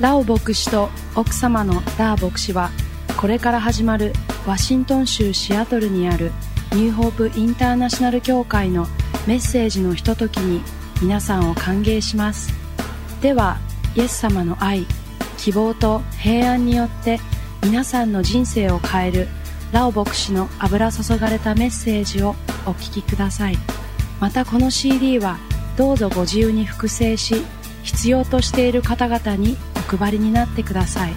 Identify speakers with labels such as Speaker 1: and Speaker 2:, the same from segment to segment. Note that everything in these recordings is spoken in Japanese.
Speaker 1: ラオ牧師と奥様のダー牧師はこれから始まるワシントン州シアトルにあるニューホープインターナショナル協会のメッセージのひとときに皆さんを歓迎しますではイエス様の愛希望と平安によって皆さんの人生を変えるラオ牧師の油注がれたメッセージをお聞きくださいまたこの CD はどうぞご自由に複製し必要としている方々にお配りになってください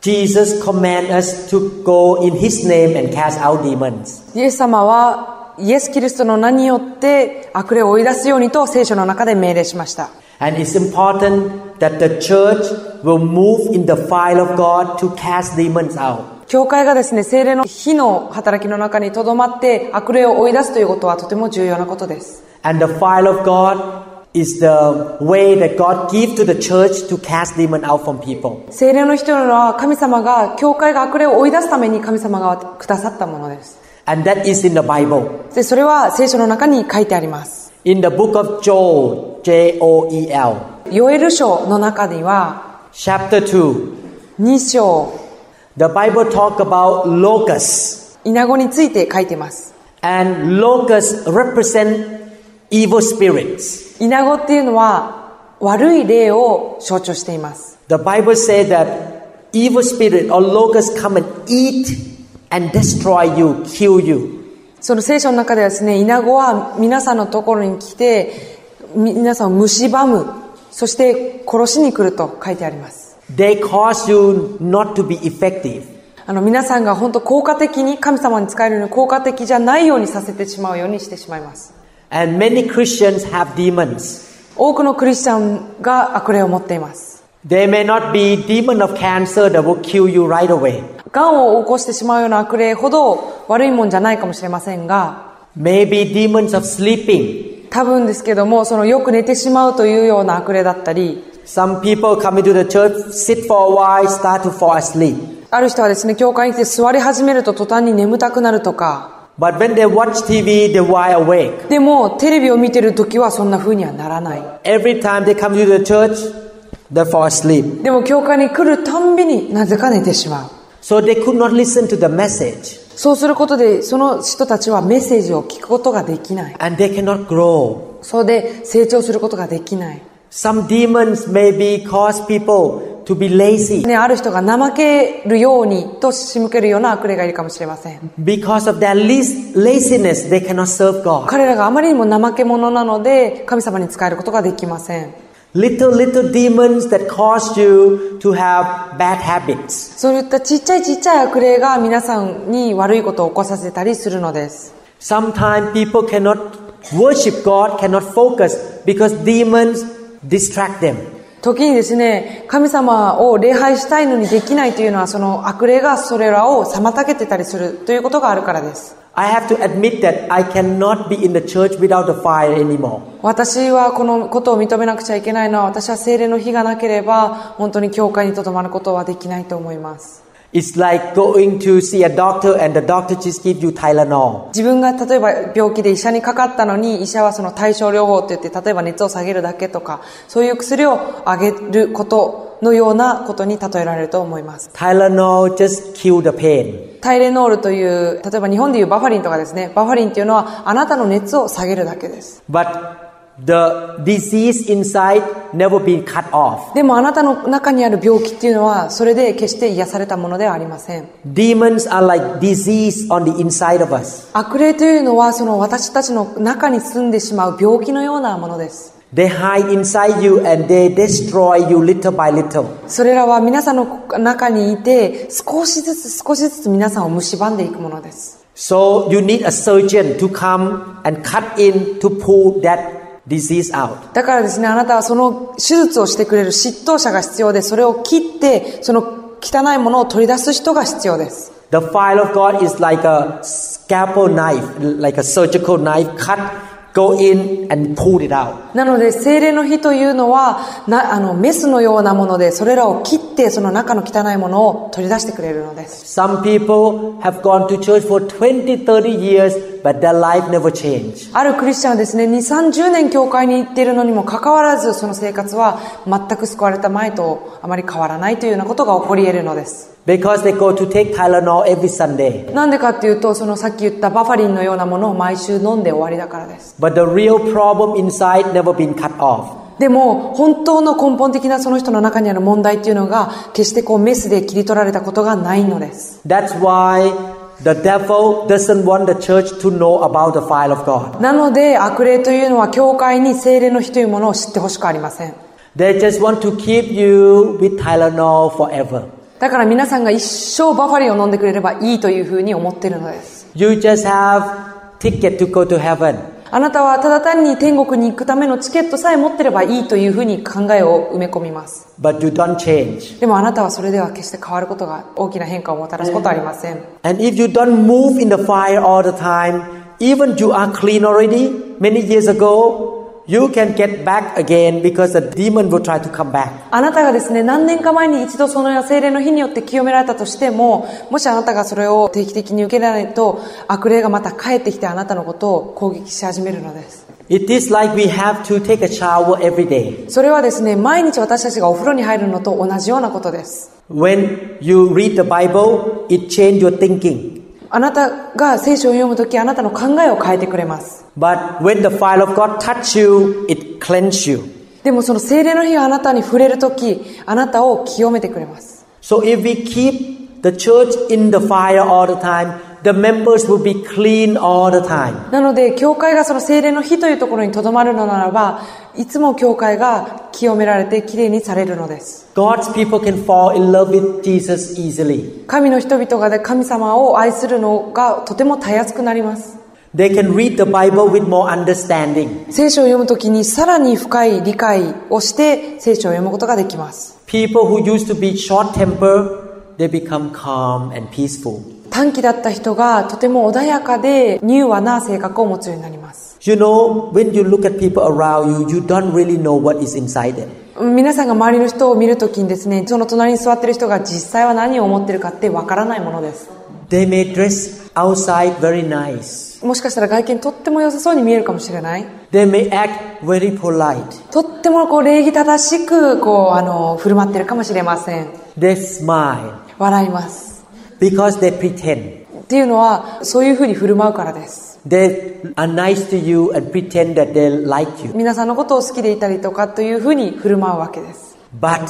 Speaker 2: Jesus command us to go in His name and cast out demons.
Speaker 3: イエス様はイエス・キリストの名によって悪霊を追い出すようにと聖書の中で命令しました
Speaker 2: And it's important that the church will move in the file of God to cast demons out.
Speaker 3: 教会がですね精霊の火の働きの中にとどまって悪霊を追い出すということはとても重要なことです
Speaker 2: And the file of God is the way that God gives to the church to cast demons out from people.
Speaker 3: 精霊の火というのは神様が教会が悪霊を追い出すために神様がくださったものです
Speaker 2: And that is in the Bible.
Speaker 3: でそれは聖書の中に書いてあります
Speaker 2: In the book of Joel, J O E L,
Speaker 3: ヨエル書の中には
Speaker 2: chapter 2,
Speaker 3: 2章
Speaker 2: the Bible talk about locusts.
Speaker 3: イナゴについて書いてます
Speaker 2: And locusts represent evil spirits.
Speaker 3: イナゴっていうのは悪い霊を象徴しています
Speaker 2: The Bible say that evil spirit or locusts come and eat and destroy you, kill you.
Speaker 3: その聖書の中ではですね、イナゴは皆さんのところに来て、み皆さんを蝕む、そして殺しに来ると書いてあります。
Speaker 2: They cause you not to be effective.
Speaker 3: あの皆さんが本当効果的に神様に使えるように効果的じゃないようにさせてしまうようにしてしまいます。
Speaker 2: And many Christians have demons.
Speaker 3: 多くのクリスチャンが悪霊を持っています。
Speaker 2: They may not be demon of cancer that will kill you right away.
Speaker 3: 癌を起こしてしまうような悪霊ほど悪いもんじゃないかもしれませんが、
Speaker 2: Maybe demons of sleeping.
Speaker 3: 多分ですけども、そのよく寝てしまうというような悪霊だったり、
Speaker 2: Some people come into the church, sit for a while, start to fall asleep.
Speaker 3: ある人はですね、教会に来て座り始めると途端に眠たくなるとか、
Speaker 2: But when they watch TV, they wide awake.
Speaker 3: でもテレビを見てる時はそんな風にはならない
Speaker 2: Every time they come to the church, they fall asleep.
Speaker 3: でも教会に来るたんびになぜか寝てしまう
Speaker 2: So they could not listen to the message
Speaker 3: そうすることでその人たちはメッセージを聞くことができない
Speaker 2: and they cannot grow.
Speaker 3: それで成長することができない、
Speaker 2: Some demons maybe cause people to be lazy.
Speaker 3: ね、ある人が怠けるようにと仕向けるような悪霊がいるかもしれません
Speaker 2: Because of their least laziness, they cannot serve God.
Speaker 3: 彼らがあまりにも怠け者なので神様に仕えることができません
Speaker 2: Little, little demons that cause you to have bad habits.
Speaker 3: そういったちっちゃいちっちゃい悪霊が皆さんに悪いことを起こさせたりするのです
Speaker 2: Sometimes people cannot worship God, cannot focus because demons distract them.
Speaker 3: 時にですね神様を礼拝したいのにできないというのはその悪霊がそれらを妨げてたりするということがあるからです
Speaker 2: I have to admit that I cannot be in the church without the fire anymore.
Speaker 3: 私はこのことを認めなくちゃいけないのは私は精霊の火がなければ本当に教会にとどまることはできないと思います
Speaker 2: It's like going to see a doctor and the doctor just gives you Tylenol.
Speaker 3: 自分が例えば病気で医者にかかったのに医者はその対症療法って言って例えば熱を下げるだけとかそういう薬をあげることのようなことに例えられると思います
Speaker 2: Tylenol just kill the pain.
Speaker 3: タイレノールという例えば日本でいうバファリンとかですねバファリンっていうのはあなたの熱を下げるだけです
Speaker 2: But the disease inside never been cut off.
Speaker 3: でもあなたの中にある病気っていうのはそれで決して癒されたものではありません
Speaker 2: Demons are like disease on the inside of us.
Speaker 3: 悪霊というのはその私たちの中に住んでしまう病気のようなものです
Speaker 2: They hide inside you and they destroy you little by little.
Speaker 3: それらは皆さんの中にいて少しずつ少しずつ皆さんを蝕んでいくものです
Speaker 2: So you need a surgeon to come and cut in to pull that disease out.
Speaker 3: だからですねあなたはその手術をしてくれる執刀者が必要でそれを切ってその汚いものを取り出す人が必要です
Speaker 2: The file of God is like a scalpel knife, like a surgical knife, cut go in and pull it out.
Speaker 3: なので精霊の火というのはなあのメスのようなものでそれらを切ってその中の汚いものを取り出してくれるのです
Speaker 2: Some people have gone to church for 20, 30 years, but their life never changed.
Speaker 3: あるクリスチャンはですね2 3 0年教会に行っているのにもかかわらずその生活は全く救われた前とあまり変わらないというようなことが起こり得るのです
Speaker 2: Because they go to take Tylenol every Sunday.
Speaker 3: なんでかっていうとそのさっき言ったバファリンのようなものを毎週飲んで終わりだからです
Speaker 2: But the real problem inside never been cut off.
Speaker 3: でも本当の根本的なその人の中にある問題っていうのが決してこうメスで切り取られたことがないのです
Speaker 2: That's why the devil doesn't want the church to know about the fire of God.
Speaker 3: なので悪霊というのは教会に精霊の火というものを知ってほしくありません
Speaker 2: They just want to keep you with Tylenol forever.
Speaker 3: だから皆さんが一生バファリンを飲んでくれればいいというふうに思っているのです
Speaker 2: You just have ticket to go to heaven.
Speaker 3: あなたはただ単に天国に行くためのチケットさえ持ってればいいというふうに考えを埋め込みます
Speaker 2: But you don't change.
Speaker 3: でもあなたはそれでは決して変わることが大きな変化をもたらすことはありません
Speaker 2: And if you don't move in the fire all the time, even you are clean already many years ago, you can get back again because the demon will try to come back.
Speaker 3: あなたがですね何年か前に一度その精霊の火によって清められたとしてももしあなたがそれを定期的に受けられないと悪霊がまた帰ってきてあなたのことを攻撃し始めるのです
Speaker 2: It is like we have to take a shower every day.
Speaker 3: それはですね毎日私たちがお風呂に入るのと同じようなことです
Speaker 2: When you read the Bible, it changes your thinking.
Speaker 3: あなたが聖書を読むときあなたの考えを変えてくれます
Speaker 2: But when the fire of God touch you, it cleanse you.
Speaker 3: でもその精霊の火があなたに触れるときあなたを清めてくれます
Speaker 2: So if we keep the church in the fire all the time, the members will be clean all the time.
Speaker 3: なので教会がその精霊の火というところにとどまるのならばいつも教会が清められてきれいにされるのです
Speaker 2: God's people can fall in love with Jesus easily.
Speaker 3: 神の人々がね神様を愛するのがとてもたやすくなります
Speaker 2: They can read the Bible with more understanding.
Speaker 3: 聖書を読むときにさらに深い理解をして聖書を読むことができます
Speaker 2: People who used to be short tempered, they become calm and peaceful.
Speaker 3: 短期だった人がとても穏やかで柔和な性格を持つようになります
Speaker 2: You know, when you look at people around you, you don't really know what is inside them.
Speaker 3: 皆さんが周りの人を見るときにですねその隣に座ってる人が実際は何を思ってるかってわからないものです
Speaker 2: They may dress outside very nice.
Speaker 3: もしかしたら外見とっても良さそうに見えるかもしれない
Speaker 2: They may act very polite.
Speaker 3: とってもこう礼儀正しくこうあの振る舞ってるかもしれません
Speaker 2: They smile
Speaker 3: 笑います
Speaker 2: because they pretend.
Speaker 3: っていうのはそういうふうに振る舞うからです
Speaker 2: They are nice to you and pretend that they like you.
Speaker 3: 皆さんのことを好きでいたりとかというふうに振る舞うわけです
Speaker 2: But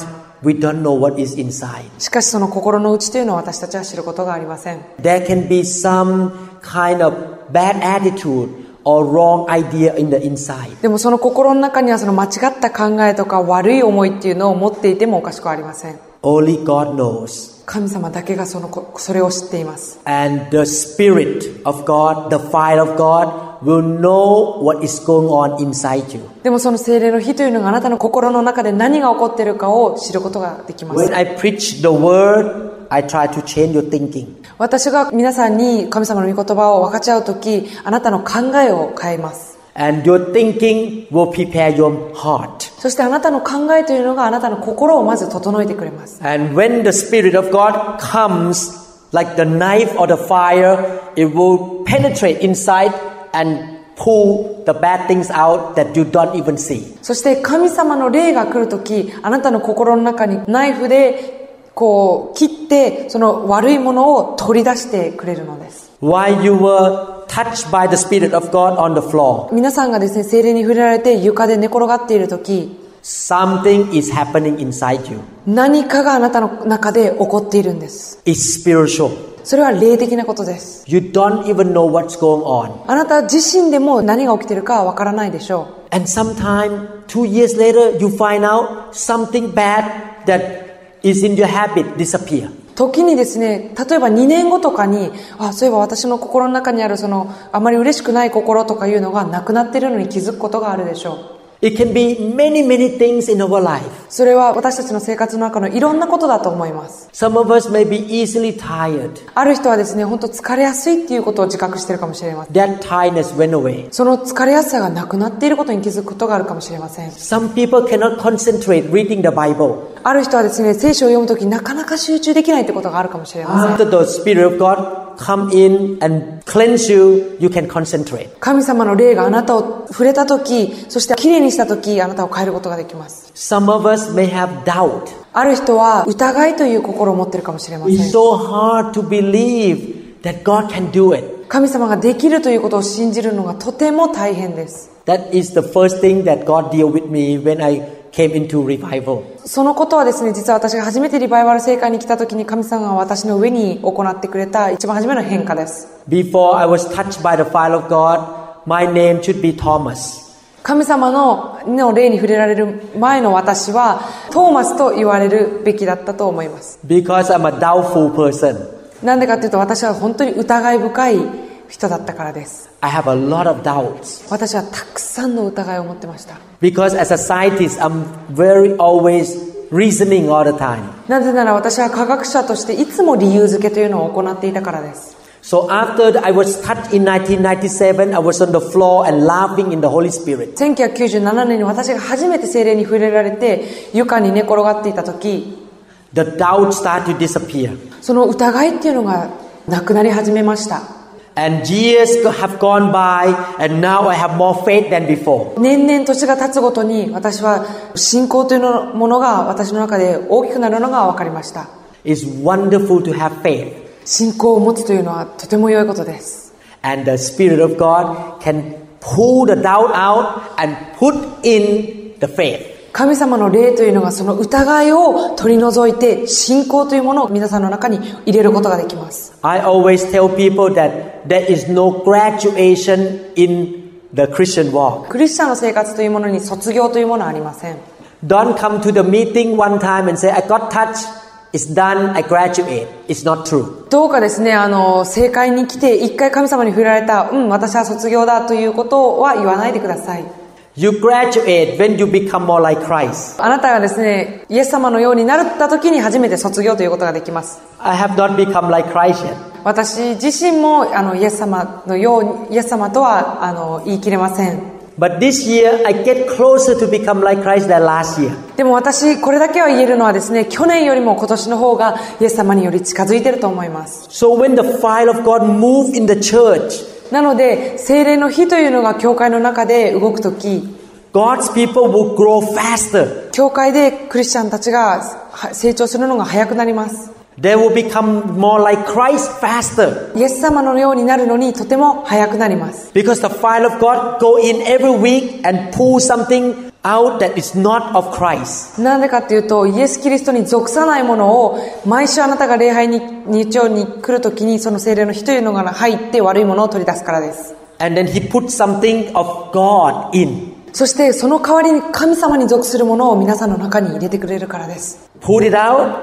Speaker 2: we don't know what is inside.
Speaker 3: しかしその心の内というのは私たちは知ることがありません
Speaker 2: There can be some kind of bad attitude or wrong idea in the inside.
Speaker 3: でもその心の中にはその間違った考えとか悪い思いっていうのを持っていてもおかしくはありません
Speaker 2: Only God knows.
Speaker 3: 神様だけがそのこそれを知っています
Speaker 2: And the Spirit of God, the fire of God, will know what is going on inside you.
Speaker 3: でもその精霊の火というのがあなたの心の中で何が起こっているかを知ることができます
Speaker 2: When I preach the word, I try to change your thinking.
Speaker 3: 私が皆さんに神様の御言葉を分かち合う時あなたの考えを変えます
Speaker 2: And your thinking will prepare your heart.
Speaker 3: そしてあなたの考えというのがあなたの心をまず整えてくれます。
Speaker 2: And when the Spirit of God comes, like the knife or the fire, it will penetrate inside and pull the bad things out that you don't even see.
Speaker 3: そして神様の霊が来るとき、あなたの心の中にナイフでこう切って、その悪いものを取り出してくれるのです。
Speaker 2: While you were touched by the Spirit of God on the floor,
Speaker 3: 皆さんがですね、精霊に触れられて床で寝転がっているとき、
Speaker 2: something is happening inside you.
Speaker 3: 何かがあなたの中で起こっているんです。
Speaker 2: It's spiritual.
Speaker 3: それは霊的なことです。
Speaker 2: You don't even know what's going on.
Speaker 3: あなた自身でも何が起きているかわからないでしょう。
Speaker 2: And sometime, two years later, you find out something bad that is in your habit disappear.
Speaker 3: 時にですね例えば2年後とかにあそういえば私の心の中にあるそのあまり嬉しくない心とかいうのがなくなってるのに気づくことがあるでしょう
Speaker 2: It can be many, many things in our life.
Speaker 3: それは私たちの生活の中のいろんなことだと思います
Speaker 2: Some of us may be easily tired.
Speaker 3: ある人はですね本当疲れやすいっていうことを自覚してるかもしれません
Speaker 2: That tiredness went away.
Speaker 3: その疲れやすさがなくなっていることに気づくことがあるかもしれません
Speaker 2: Some people cannot concentrate reading the Bible.
Speaker 3: ある人はですね聖書を読むときなかなか集中できないってことがあるかもしれません
Speaker 2: After the Spirit of God come in and cleanse you, you can concentrate.
Speaker 3: 神様の霊があなたを触れたときそしてきれいにしたときあなたを変えることができます
Speaker 2: Some of us may have doubt.
Speaker 3: ある人は疑いという心を持ってるかもしれません
Speaker 2: It's so hard to believe that God can do it.
Speaker 3: 神様ができるということを信じるのがとても大変です
Speaker 2: That is the first thing that God deal with me when I came into revival.
Speaker 3: そのことはですね実は私が初めてリバイバル聖会に来た時に神様が私の上に行ってくれた一番初めの変化です
Speaker 2: Before I was touched by the fire of God, my name should be Thomas.
Speaker 3: 神様のの霊に触れられる前の私はトーマスと言われるべきだったと思います
Speaker 2: Because I'm a doubtful person.
Speaker 3: なんでかというと私は本当に疑い深い人だったからです
Speaker 2: I have a lot of doubts.
Speaker 3: 私はたくさんの疑いを持ってました
Speaker 2: Because as a scientist, I'm very always reasoning all the time.
Speaker 3: なぜなら私は科学者としていつも理由付けというのを行っていたからです
Speaker 2: So after I was touched in 1997, I was on the floor and laughing in the Holy Spirit.
Speaker 3: 1997年に私が初めて精霊に触れられて床に寝転がっていた時
Speaker 2: The doubt started to disappear.
Speaker 3: その疑いっていうのがなくなり始めました
Speaker 2: And years go- have gone by, and now I have more faith than before.
Speaker 3: 年々年が経つごとに私は信仰というのものが私の中で大きくなるのが分かりました
Speaker 2: It's wonderful to have faith,
Speaker 3: 信仰を持つというのはとても良いことです
Speaker 2: and the Spirit of God can pull the doubt out and put in the faith.
Speaker 3: 神様の霊というのがその疑いを取り除いて信仰というものを皆さんの中に入れることができます
Speaker 2: I always tell people that there is no graduation in the Christian walk.
Speaker 3: クリスチャンの生活というものに卒業というものはありません
Speaker 2: Don't come to the meeting one time and say, I got touched, it's done, I graduate. It's not true.
Speaker 3: どうかですね、あの、正解に来て、一回神様に振られた、うん、私は卒業だということは言わないでください。
Speaker 2: You graduate when you become more like Christ.
Speaker 3: あなたがですね、イエス様のようになった時に初めて卒業ということができます。
Speaker 2: I have not become like Christ yet.
Speaker 3: 私自身も、あの、イエス様のように、イエス様とは、あの、言い切れません。
Speaker 2: But this year, I get closer to become like Christ than last year.
Speaker 3: でも私、これだけは言えるのはですね、去年よりも今年の方が、イエス様により近づいてると思います。
Speaker 2: So when the fire of God moved in the church,
Speaker 3: なので、精霊の日というのが教会の中で動く時
Speaker 2: God's people will grow faster.
Speaker 3: 教会でクリスチャンたちがは成長するのが早くなります
Speaker 2: They will become more like Christ faster
Speaker 3: イエス様のようになるのにとても早くなります
Speaker 2: because the fire of God go in every week and pull something out that is not of Christ.
Speaker 3: なんでかっていうとイエス・キリストに属さないものを毎週あなたが礼拝に日曜に来るときにその聖霊の日というのが入って悪いものを取り出すからです
Speaker 2: And then he put something of God in.
Speaker 3: そしてその代わりに神様に属するものを皆さんの中に入れてくれるからです
Speaker 2: Put it out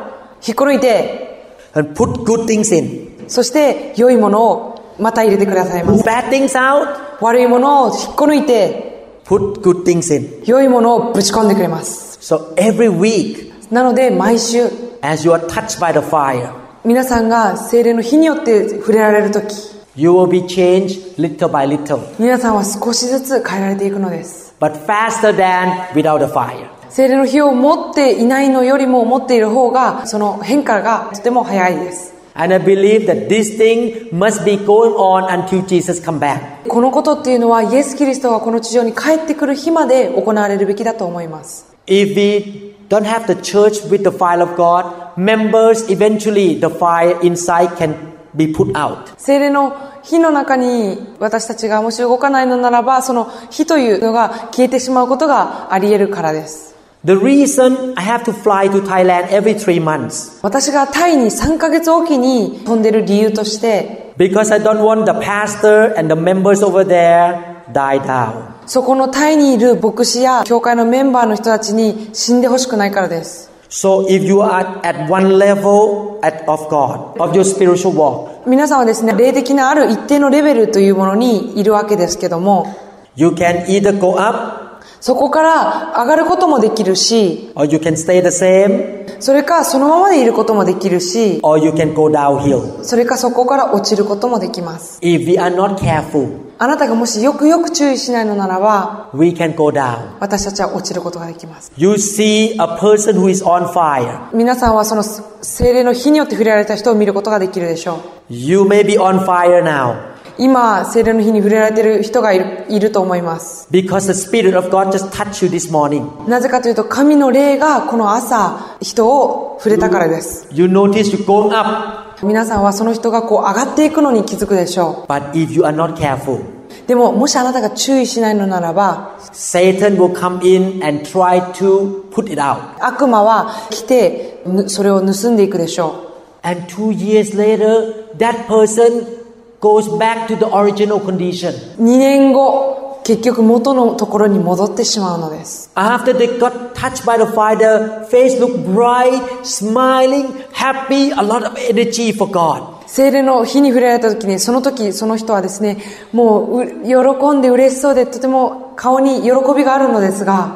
Speaker 3: 引っこ抜いて
Speaker 2: and put good things in.
Speaker 3: そして良いものをまた入れてくださいます
Speaker 2: Put bad things out,
Speaker 3: 悪いものを引っこ抜いて
Speaker 2: put good things in.
Speaker 3: 良いものをぶち込んでくれます
Speaker 2: So every week,
Speaker 3: なので毎週
Speaker 2: as you are touched by the fire,
Speaker 3: 皆さんが精霊の火によって触れられる時
Speaker 2: You will be changed little by little,
Speaker 3: 皆さんは少しずつ変えられていくのです
Speaker 2: but faster than without a fire.
Speaker 3: 精霊の火を持っていないのよりも持っている方がその変化がとても早いです
Speaker 2: And I believe that this thing must be going on until Jesus come back.
Speaker 3: このことっていうのはイエス・キリストがこの地上に帰ってくる日まで行われるべきだと思います
Speaker 2: If we don't have the church with the fire of God, members eventually the fire inside can be put out.
Speaker 3: 精霊の火の中に私たちがもし動かないのならばその火というのが消えてしまうことがあり得るからです
Speaker 2: The reason I have to fly to Thailand every three months
Speaker 3: 私がタイに3ヶ月おきに飛んでる理由として
Speaker 2: because I don't want the pastor and the members over there die down.
Speaker 3: そこのタイにいる牧師や教会のメンバーの人たちに死んでほしくないからです。
Speaker 2: So if you are at one level at, of God, of your spiritual walk,
Speaker 3: 皆さんはですね、霊的なある一定のレベルというものにいるわけですけども、
Speaker 2: You can either go up
Speaker 3: 例そこから上がることもできるし、
Speaker 2: Or you can stay the same,
Speaker 3: それかそのままでいることもできるし、
Speaker 2: or you can go downhill.
Speaker 3: それかそこから落ちることもできます。
Speaker 2: If we are not careful,
Speaker 3: あなたがもしよくよく注意しないのならば、
Speaker 2: we can go down.
Speaker 3: 私たちは落ちることができます。
Speaker 2: You see a person who is on fire.
Speaker 3: 皆さんはその精霊の火によって触れられた人を見ることができるでしょう。
Speaker 2: You may be on fire now
Speaker 3: 今、精霊の火に触れられている人がいるいると思います。
Speaker 2: because the Spirit of God just touched you this morning.
Speaker 3: なぜかというと、神の霊がこの朝、人を触れたからです。
Speaker 2: You notice you're going up,
Speaker 3: 皆さんはその人がこう上がっていくのに気づくでしょ
Speaker 2: but if you are not careful,
Speaker 3: う。でも、もしあなたが注意しないのならば、
Speaker 2: Satan will come in and tryと put it out.
Speaker 3: 悪魔は来て、ぬそれを盗んでいくでしょ
Speaker 2: And two years later, that person goes back to the original condition.
Speaker 3: う。2年後、結局元のところに戻ってしまうのです。
Speaker 2: After they got touched by the fire, their face looked bright, smiling, happy, a lot of energy for God.
Speaker 3: 精霊の火に触れられた時に、その時、その人はですね、もうう、喜んで嬉しそうで、とても顔に喜びがあるのですが、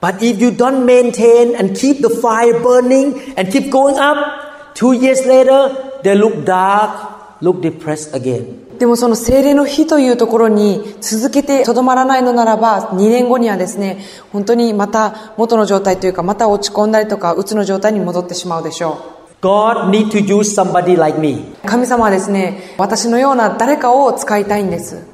Speaker 2: But if you don't maintain and keep the fire burning and keep going up, two years later, they look dark, look depressed again.
Speaker 3: でもその精霊の火というところに続けてとどまらないのならば2年後にはですね本当にまた元の状態というかまた落ち込んだりとか鬱の状態に戻ってしまうでしょ
Speaker 2: God need to use somebody like me
Speaker 3: う神様はですね私のような誰かを使いたいんです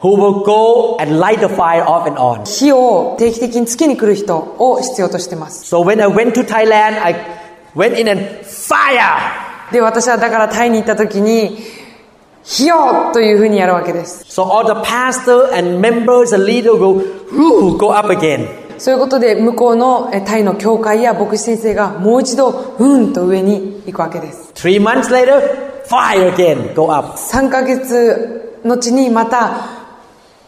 Speaker 2: who will go and light the fire off and on.
Speaker 3: 火を定期的につけに来る人を必要としてます
Speaker 2: So when I went to Thailand, I went in and fire.
Speaker 3: で私はだからタイに行った時に火をというふうにやるわけです
Speaker 2: So all the pastor and members and leader will whew, go up again.
Speaker 3: そういうことで向こうのえタイの教会や牧師先生がもう一度うんと上に行くわけです
Speaker 2: Three months later, fire again, go up.
Speaker 3: 3ヶ月後にまた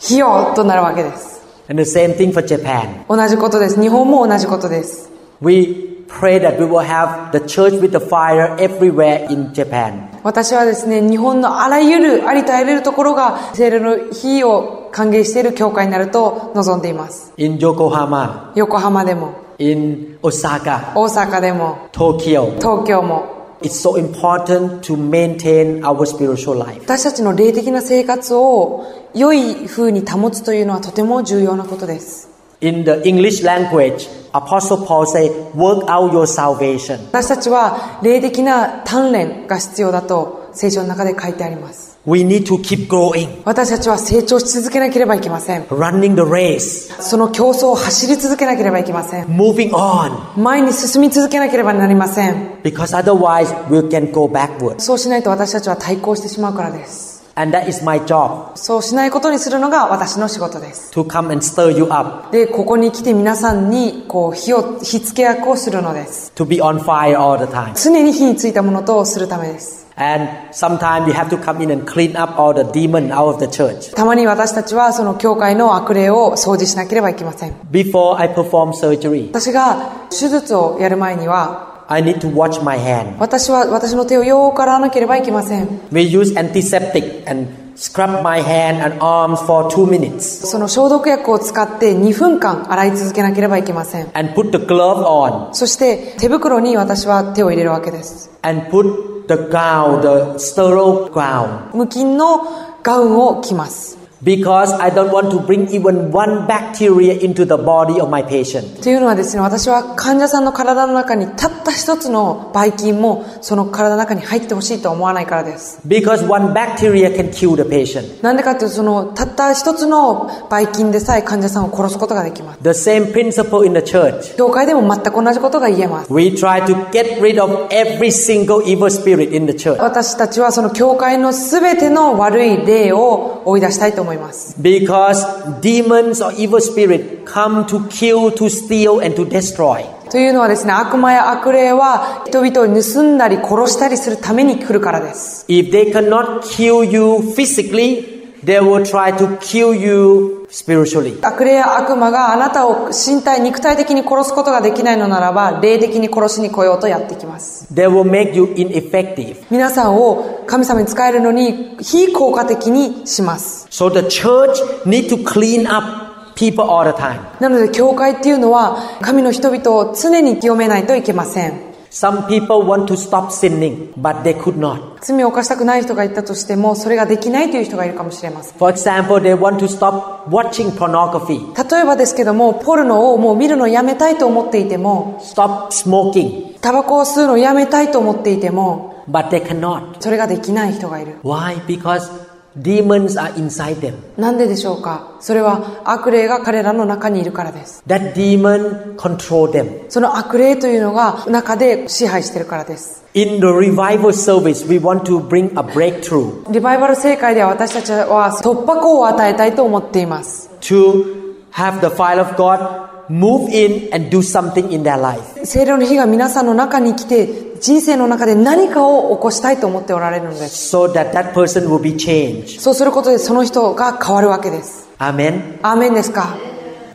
Speaker 3: 費用となるわけです
Speaker 2: And the same thing for Japan.
Speaker 3: 同じことです日本も同じことです
Speaker 2: We pray that we will have the church with the fire everywhere in Japan.
Speaker 3: 私はですね日本のあらゆるありとあらゆるところが聖霊の火を歓迎している教会になると望んでいます
Speaker 2: In Yokohama,
Speaker 3: 横浜でも
Speaker 2: in Osaka,
Speaker 3: 大阪でも
Speaker 2: Tokyo.
Speaker 3: 東京も
Speaker 2: It's so important to maintain our spiritual life.
Speaker 3: 私たちの霊的な生活を良い風に保つというのはとても重要なことです
Speaker 2: In the English language, Apostle Paul say, work out your salvation.
Speaker 3: 私たちは霊的な鍛錬が必要だと聖書の中で書いてあります
Speaker 2: We need to keep growing,
Speaker 3: 私たちは成長し続けなければいけません
Speaker 2: running the race,
Speaker 3: その競争を走り続けなければいけません
Speaker 2: moving on.
Speaker 3: 前に進み続けなければなりません
Speaker 2: Because otherwise, we can go backwards.
Speaker 3: そうしないと私たちは対抗してしまうからです
Speaker 2: And that is my job
Speaker 3: そうしないことにするのが私の仕事です
Speaker 2: to come and stir you up,
Speaker 3: でここに来て皆さんにこう火を火付け役をするのです
Speaker 2: to be on fire all the time.
Speaker 3: 常に火についたものとするためです
Speaker 2: And sometimes you have to come in and clean up all the demon out of the church.
Speaker 3: たまに私たちはその教会の悪霊を掃除しなければいけません
Speaker 2: Before I perform surgery,
Speaker 3: 私が手術をやる前には
Speaker 2: I need to watch my hand.
Speaker 3: 私は私の手をよーく洗わなければいけません
Speaker 2: We use antiseptic and scrub my hand and arms for two minutes
Speaker 3: その消毒薬を使って2分間洗い続けなければいけません
Speaker 2: and put the glove on
Speaker 3: そして手袋に私は手を入れるわけです
Speaker 2: and put the gown, the sterile gown.
Speaker 3: 無菌のガウンを着ます
Speaker 2: Because I don't want to bring even one bacteria into the body of my patient.
Speaker 3: というのはですね私は患者さんの体の中にたった一つのばい菌もその体の中に入ってほしいとは思わないからです
Speaker 2: Because one bacteria can kill the patient.
Speaker 3: なんでかというとそのたった一つのばい菌でさえ患者さんを殺すことができます
Speaker 2: The same principle in the church.
Speaker 3: 業界でも全く同じことが言えます
Speaker 2: We try to get rid of every single evil spirit in the church
Speaker 3: 私たちはその教会の全ての悪い霊を追い出したいと思います
Speaker 2: because demons or evil spirit come to kill, to steal, and to destroy.
Speaker 3: というのはですね悪魔や悪霊は人々を盗んだり殺したりするために来るからです
Speaker 2: If they cannot kill you physically, they will try to kill you spiritually.
Speaker 3: 悪霊や悪魔があなたを身体肉体的に殺すことができないのならば霊的に殺しに来ようとやってきます
Speaker 2: They will make you ineffective.
Speaker 3: 皆さんを神様に仕えるのに非効果的にします
Speaker 2: So the church need to clean up people all the time.
Speaker 3: なので教会っていうのは神の人々を常に清めないといけません
Speaker 2: Some people want to stop sinning, but they could not.
Speaker 3: 罪を犯したくない人がいたとしてもそれができないという人がいるかもしれません
Speaker 2: For example, they want to stop watching pornography,
Speaker 3: 例えばですけどもポルノをもう見るのをやめたいと思っていても
Speaker 2: stop smoking,
Speaker 3: タバコを吸うのをやめたいと思っていても
Speaker 2: but they cannot.
Speaker 3: それができない人がいる
Speaker 2: Why? Because demons are inside them.
Speaker 3: なんででしょうかそれは悪霊が彼らの中にいるからです
Speaker 2: That demon control them.
Speaker 3: その悪霊というのが中で支配してるからです
Speaker 2: In the revival service, we want to bring a breakthrough
Speaker 3: リバイバル政界では私たちは突破口を与えたいと思っています
Speaker 2: to have the fire of God move in and do something in their life.
Speaker 3: 聖霊の火が皆さんの中に来て人生の中で何かを起こしたいと思っておられるのです
Speaker 2: So that that person will be changed.
Speaker 3: そうすることでその人が変わるわけです
Speaker 2: Amen.
Speaker 3: アーメンですか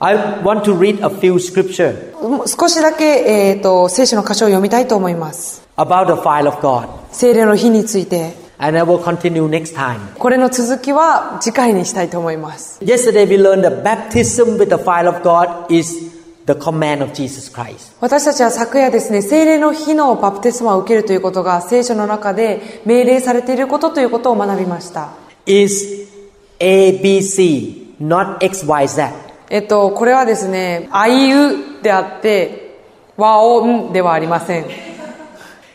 Speaker 2: I want to read a few scripture
Speaker 3: もう少しだけ、えー、と聖書の箇所を読みたいと思います
Speaker 2: about the fire of God.
Speaker 3: 聖霊の火について
Speaker 2: And I will continue next time.
Speaker 3: これの続きは次回にしたいと思います
Speaker 2: Yesterday we learned that baptism with the fire of God is the command of Jesus Christ.
Speaker 3: 私たちは昨夜ですね、聖霊の火のバプテスマを受けるということが聖書の中で命令されていることということを学びました。
Speaker 2: Is A B C, not X Y Z.
Speaker 3: えっと、これはですね、あいうであって、和音ではありません。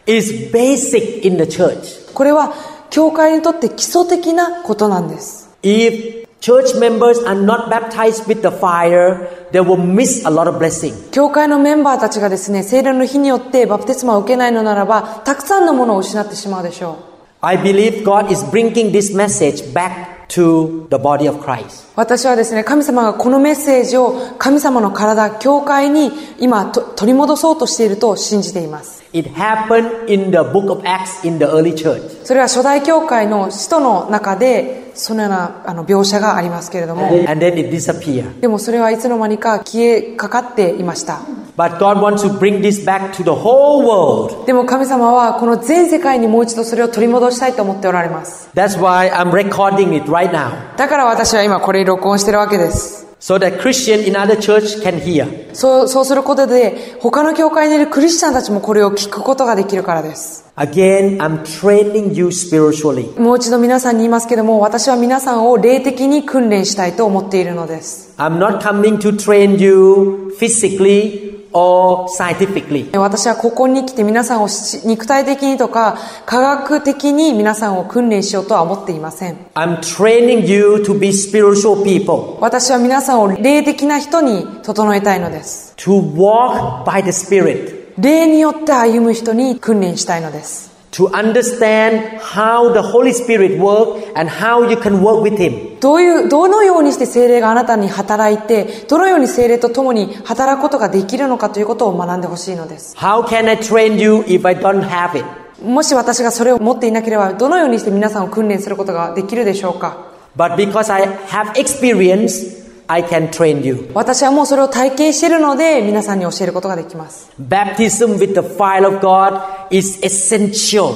Speaker 2: Is basic in the church.
Speaker 3: これは教会にとって基礎的なことなんです。
Speaker 2: If church members are not baptized with the fire, they will miss a lot of blessing.
Speaker 3: 教会のメンバーたちがですね、聖霊の火によってバプテスマを受けないのならば、たくさんのものを失ってしまうでしょう。
Speaker 2: I believe God is bringing this message back to the body of Christ.
Speaker 3: 私はですね神様がこのメッセージを神様の体教会に今と取り戻そうとしていると信じています
Speaker 2: It happened in the book of Acts in the early church.
Speaker 3: それは初代教会の使徒の中でそのようなあの描写がありますけれども
Speaker 2: And then it disappeared.
Speaker 3: でもそれはいつの間にか消えかかっていました
Speaker 2: But God wants to bring this back to the whole world.
Speaker 3: でも神様はこの全世界にもう一度それを取り戻したいと思っておられます
Speaker 2: That's why I'm recording it right now.
Speaker 3: だから私は今これ録音してるわけです
Speaker 2: So that Christian in other church can hear.
Speaker 3: そうそうすることで他の教会にいるクリスチャンたちもこれを聞くことができるからです
Speaker 2: Again, I'm training you spiritually.
Speaker 3: もう一度皆さんに言いますけども、私は皆さんを霊的に訓練したいと思っているのです。
Speaker 2: I'm not coming to train you physically or scientifically.
Speaker 3: 私はここに来て皆さんをし肉体的にとか科学的に皆さんを訓練しようとは思っていません。
Speaker 2: I'm training you to be spiritual people,
Speaker 3: 私は皆さんを霊的な人に整えたいのです。
Speaker 2: to walk by the Spirit,
Speaker 3: 霊によって歩む人に訓練したいのです。
Speaker 2: to understand how the Holy Spirit works and how you can work with Him.
Speaker 3: どういう、どのようにして精霊があなたに働いて、どのように精霊と共に働くことができるのかということを学んでほしいのです。
Speaker 2: How can I train you if I don't have it?
Speaker 3: もし私がそれを持っていなければどのようにして皆さんを訓練することができるでしょうか
Speaker 2: But because I have experience, I can train you.
Speaker 3: 私はもうそれを体験しているので皆さんに教えることができます
Speaker 2: Baptism with the fire of God is essential,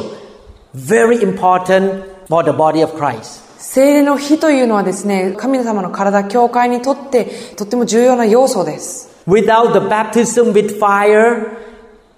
Speaker 2: very important for the body of Christ.
Speaker 3: 聖霊の火というのはですね神様の体教会にとってとっても重要な要素です
Speaker 2: Without the baptism with fire,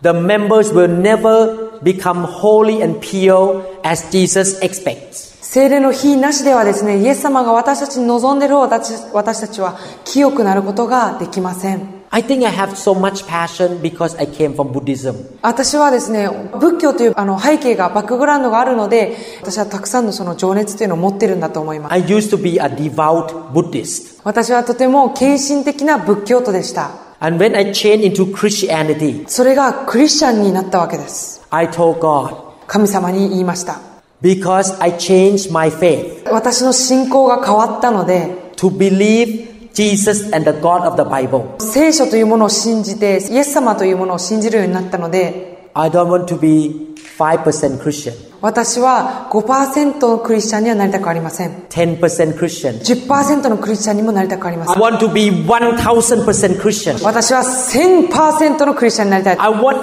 Speaker 2: the members will never become holy and pure as Jesus expects.
Speaker 3: 聖霊の火なしではですねイエス様が私たちに望んでいる私私たちは清くなることができません
Speaker 2: I think I have so much passion because I came from Buddhism.
Speaker 3: 私はですね仏教というあの背景がバックグラウンドがあるので私はたくさんのその情熱というのを持っているんだと思います
Speaker 2: I used to be a devout Buddhist.
Speaker 3: 私はとても献身的な仏教徒でした。
Speaker 2: And when I changed into Christianity,
Speaker 3: それがクリスチャンになったわけです。
Speaker 2: I told God,
Speaker 3: 神様に言いました。
Speaker 2: because I changed my faith
Speaker 3: 私の信仰が変わったので、
Speaker 2: to believe Jesus and the God of the Bible,
Speaker 3: 聖書というものを信じて、イエス様というものを信じるようになったので、
Speaker 2: I don't want to be 5% Christian.
Speaker 3: 私は5%のクリスチャンにはなりたくありません。
Speaker 2: 10% Christian.
Speaker 3: 10%のクリスチャンにもなりたくありませ
Speaker 2: I
Speaker 3: ん。
Speaker 2: want to be 1000% Christian.
Speaker 3: 私は1000%のクリスチャンになりたい。
Speaker 2: I want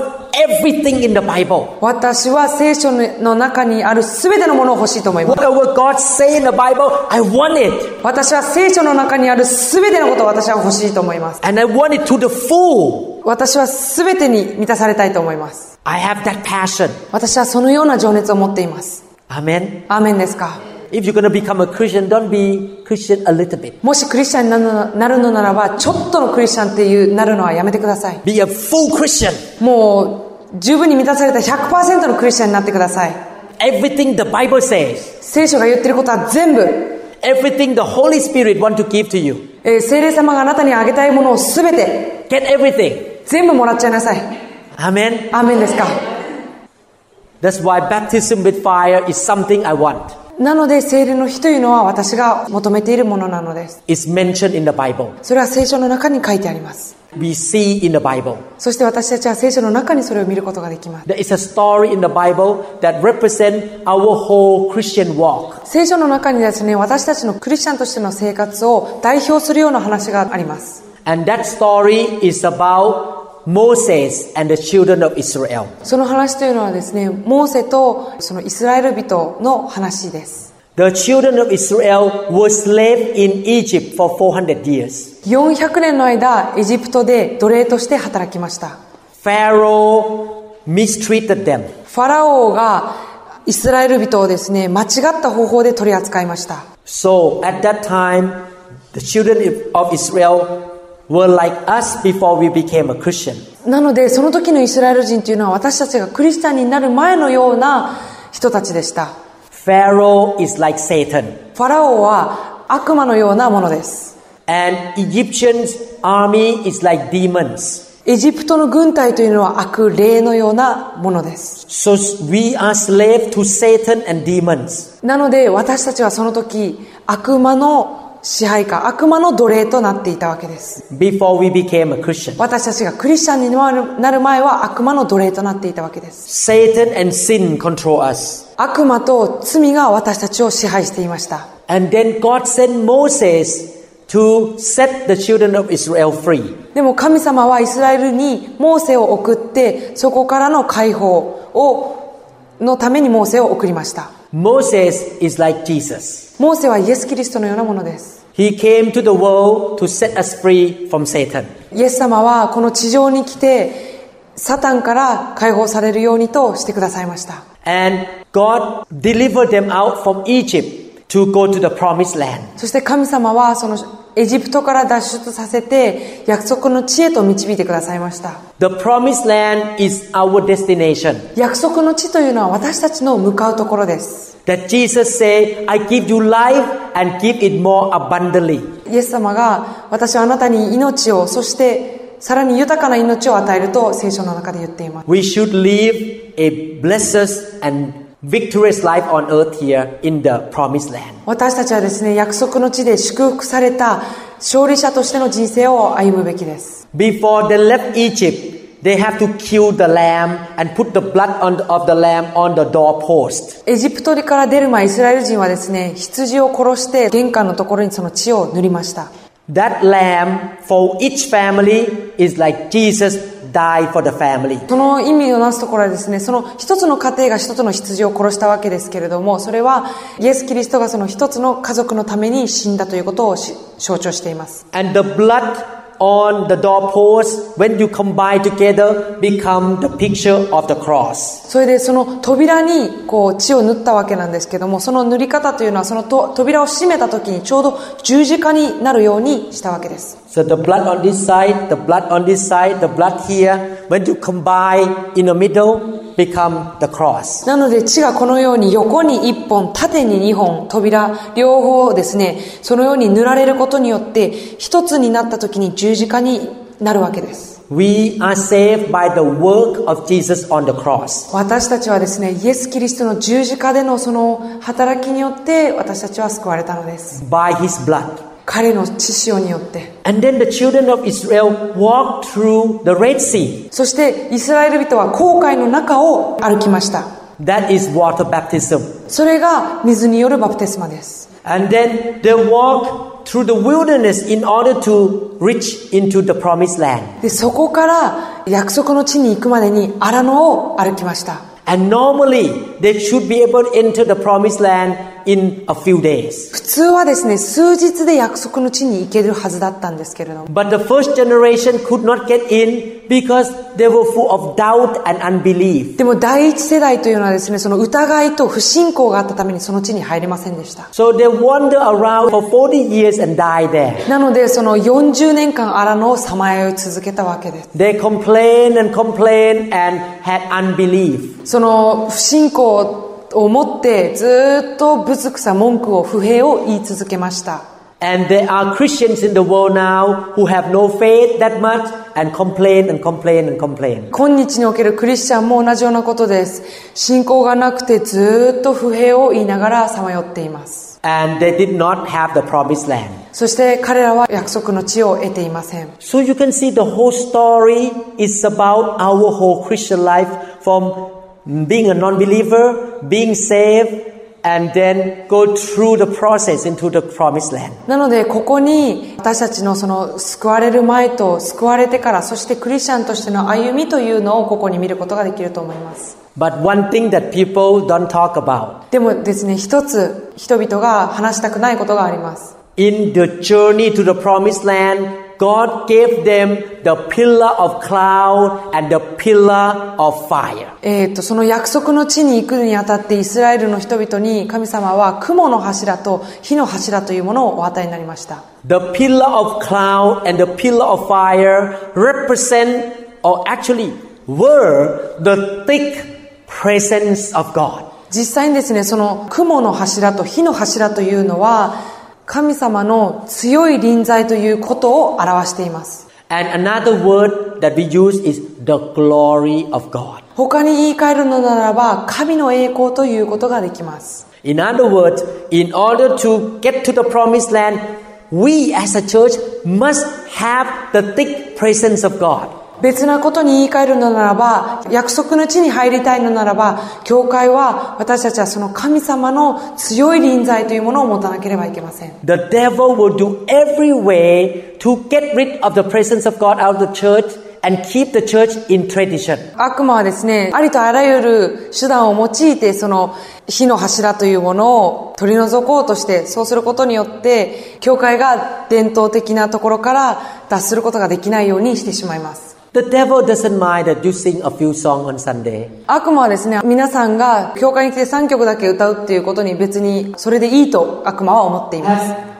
Speaker 2: everything in the Bible.
Speaker 3: 私は聖書の中にある全てのものを欲しいと思います。
Speaker 2: Whatever God say in the Bible, I want it.
Speaker 3: 私は聖書の中にある全てのことを私は欲しいと思います。
Speaker 2: And I want it to the full.
Speaker 3: 私は全てに満たされたいと思います。
Speaker 2: I have that passion.
Speaker 3: 私はそのような情熱を持っています。
Speaker 2: Amen.
Speaker 3: アーメンですか
Speaker 2: If you're going to become a Christian, don't be Christian a little bit.
Speaker 3: もしクリスチャンになるのなるのならば、ちょっとのクリスチャンっていうなるのはやめてください。
Speaker 2: Be a full Christian.
Speaker 3: もう十分に満たされた100%のクリスチャンになってください。
Speaker 2: Everything the Bible says,
Speaker 3: 聖書が言ってることは全部、
Speaker 2: everything the Holy Spirit want to give to you.
Speaker 3: えー聖霊様があなたにあげたいものを全て、
Speaker 2: Get everything.
Speaker 3: 全部もらっちゃいなさい。
Speaker 2: Amen.
Speaker 3: アーメンですか
Speaker 2: That's why baptism with fire is something I want.
Speaker 3: なので聖霊の日というのは私が求めているものなのです。
Speaker 2: It's mentioned in the Bible.
Speaker 3: それは聖書の中に書いてあります。
Speaker 2: We see in the Bible.
Speaker 3: そして私たちは聖書の中にそれを見ることができます。
Speaker 2: There is a story in the Bible that represent our whole Christian walk.
Speaker 3: 聖書の中にですね、私たちのクリスチャンとしての生活を代表するような話があります。
Speaker 2: And that story is about Moses and the children of Israel.
Speaker 3: その話というのはですね、モーセとそのイスラエル人の話です。
Speaker 2: The children of Israel were slaves in Egypt for 400 years.
Speaker 3: 400年の間、エジプトで奴隷として働きました。
Speaker 2: Pharaoh mistreated them.
Speaker 3: ファラオがイスラエル人をですね、間違った方法で取り扱いました。
Speaker 2: So at that time, the children of Israel were like us before we became a Christian.
Speaker 3: なので、その時のイスラエル人というのは私たちがクリスチャンになる前のような人たちでした。
Speaker 2: Pharaoh is like Satan.
Speaker 3: ファラオは悪魔のようなものです。
Speaker 2: And Egyptian's army is like demons.
Speaker 3: エジプトの軍隊というのは悪霊のようなものです。
Speaker 2: So we are slaves to Satan and demons.
Speaker 3: なので私たちはその時悪魔の支配下、悪魔の奴隷となっていたわけです。
Speaker 2: Before we became a Christian,
Speaker 3: 私たちがクリスチャンになるなる前は悪魔の奴隷となっていたわけです。
Speaker 2: Satan and sin control us.
Speaker 3: 悪魔と罪が私たちを支配していました。
Speaker 2: And then God sent Moses to set the children of Israel free.
Speaker 3: でも神様はイスラエルにモーセを送ってそこからの解放をのためにモーセを送りました
Speaker 2: Moses is like Jesus.
Speaker 3: モーセはイエス・キリストのようなものです
Speaker 2: He came to the world to set us free from Satan.
Speaker 3: イエス様はこの地上に来てサタンから解放されるようにとしてくださいました
Speaker 2: And God delivered them out from Egypt to go to the promised land.
Speaker 3: そして神様はそのエジプトから脱出させて約束の地へと導いてくださいました
Speaker 2: The promised land is our destination.
Speaker 3: 約束の地というのは私たちの向かうところです
Speaker 2: That Jesus said, I give you life and give it more abundantly.
Speaker 3: イエス様が私はあなたに命をそしてさらに豊かな命を与えると聖書の中で言っています
Speaker 2: We should live a blessed and victorious life on earth here in the promised land.
Speaker 3: 私たちはですね約束の地で祝福された勝利者としての人生を歩むべきです
Speaker 2: Before they left Egypt, they have to kill the lamb and put the blood on of the lamb on the doorpost.
Speaker 3: エジプトから出る前イスラエル人はですね羊を殺して玄関のところにその血を塗りました
Speaker 2: That lamb for each family is like Jesus died for the family.
Speaker 3: その意味をなすところはですねその一つの家庭が一つの羊を殺したわけですけれどもそれはイエス・キリストがその一つの家族のために死んだということをし象徴しています
Speaker 2: And the blood on the doorpost, when you combine together, become the picture of the cross.
Speaker 3: それでその扉にこう血を塗ったわけなんですけどもその塗り方というのはそのと扉を閉めた時にちょうど十字架になるようにしたわけです
Speaker 2: So the blood on this side, the blood on this side, the blood here, when you combine in the middle, become the cross.
Speaker 3: なので血がこのように横に1本縦に2本扉両方ですねそのように塗られることによって一つになった時に十字架になるわけです
Speaker 2: We are saved by the work of Jesus on the cross.
Speaker 3: 私たちはですねイエス・キリストの十字架でのその働きによって私たちは救われたのです
Speaker 2: By his blood.
Speaker 3: 彼の血潮によって
Speaker 2: And then the children of Israel walked through the Red Sea.
Speaker 3: そしてイスラエル人は航海の中を歩きました
Speaker 2: That is water baptism.
Speaker 3: それが水によるバプテスマです
Speaker 2: And then they walk through the wilderness in order to reach into the promised land.
Speaker 3: でそこから約束の地に行くまでに荒野を歩きました
Speaker 2: And normally they should be able to enter the promised land in a few days.
Speaker 3: 普通はですね数日で約束の地に行けるはずだったんですけれども
Speaker 2: But the first generation could not get in because they were full of doubt and unbelief.
Speaker 3: でも第一世代というのはですねその疑いと不信仰があったためにその地に入れませんでした
Speaker 2: So they wander around for 40 years and die there.
Speaker 3: なのでその40年間荒野をさまよい続けたわけです
Speaker 2: They complained and complained and had unbelief.
Speaker 3: その不信仰を持ってずっとぶつくさ文句を不平を言い続けました
Speaker 2: And there are Christians in the world now who have no faith that much and complain and complain and complain.
Speaker 3: 今日におけるクリスチャンも同じようなことです信仰がなくてずっと不平を言いながらさまよっています
Speaker 2: And they did not have the promised land.
Speaker 3: そして彼らは約束の地を得ていません
Speaker 2: So you can see the whole story is about our whole Christian life from being a non-believer, being saved, and then go through the process into the promised land.
Speaker 3: なのでここに私たちのその救われる前と救われてからそしてクリスチャンとしての歩みというのをここに見ることができると思います
Speaker 2: But one thing that people don't talk about
Speaker 3: でもですね一つ人々が話したくないことがあります
Speaker 2: In the journey to the promised land, God gave them the pillar of cloud and the pillar of fire.
Speaker 3: えー、とその約束の地に行くにあたってイスラエルの人々に神様は雲の柱と火の柱というものをお与えになりました
Speaker 2: The pillar of cloud and the pillar of fire represent, or actually were, the thick presence of God.
Speaker 3: 実際にですねその雲の柱と火の柱というのは神様の強い臨在ということを表しています
Speaker 2: And another word that we use is the glory of God.
Speaker 3: 他に言い換えるのならば神の栄光ということができます
Speaker 2: In other words, in order to get to the promised land, we as a church must have the thick presence of God.
Speaker 3: 別なことに言い換えるのならば約束の地に入りたいのならば教会は私たちはその神様の強い臨在というものを持たなければいけません
Speaker 2: The devil will do every way to get rid of the presence of God out of the church and keep the church in tradition.
Speaker 3: 悪魔はですねありとあらゆる手段を用いてその火の柱というものを取り除こうとしてそうすることによって教会が伝統的なところから脱することができないようにしてしまいます
Speaker 2: The devil doesn't mind that you sing a few songs on Sunday.
Speaker 3: 悪魔はですね皆さんが教会に来て3曲だけ歌うっていうことに別にそれでいいと悪魔は思っていま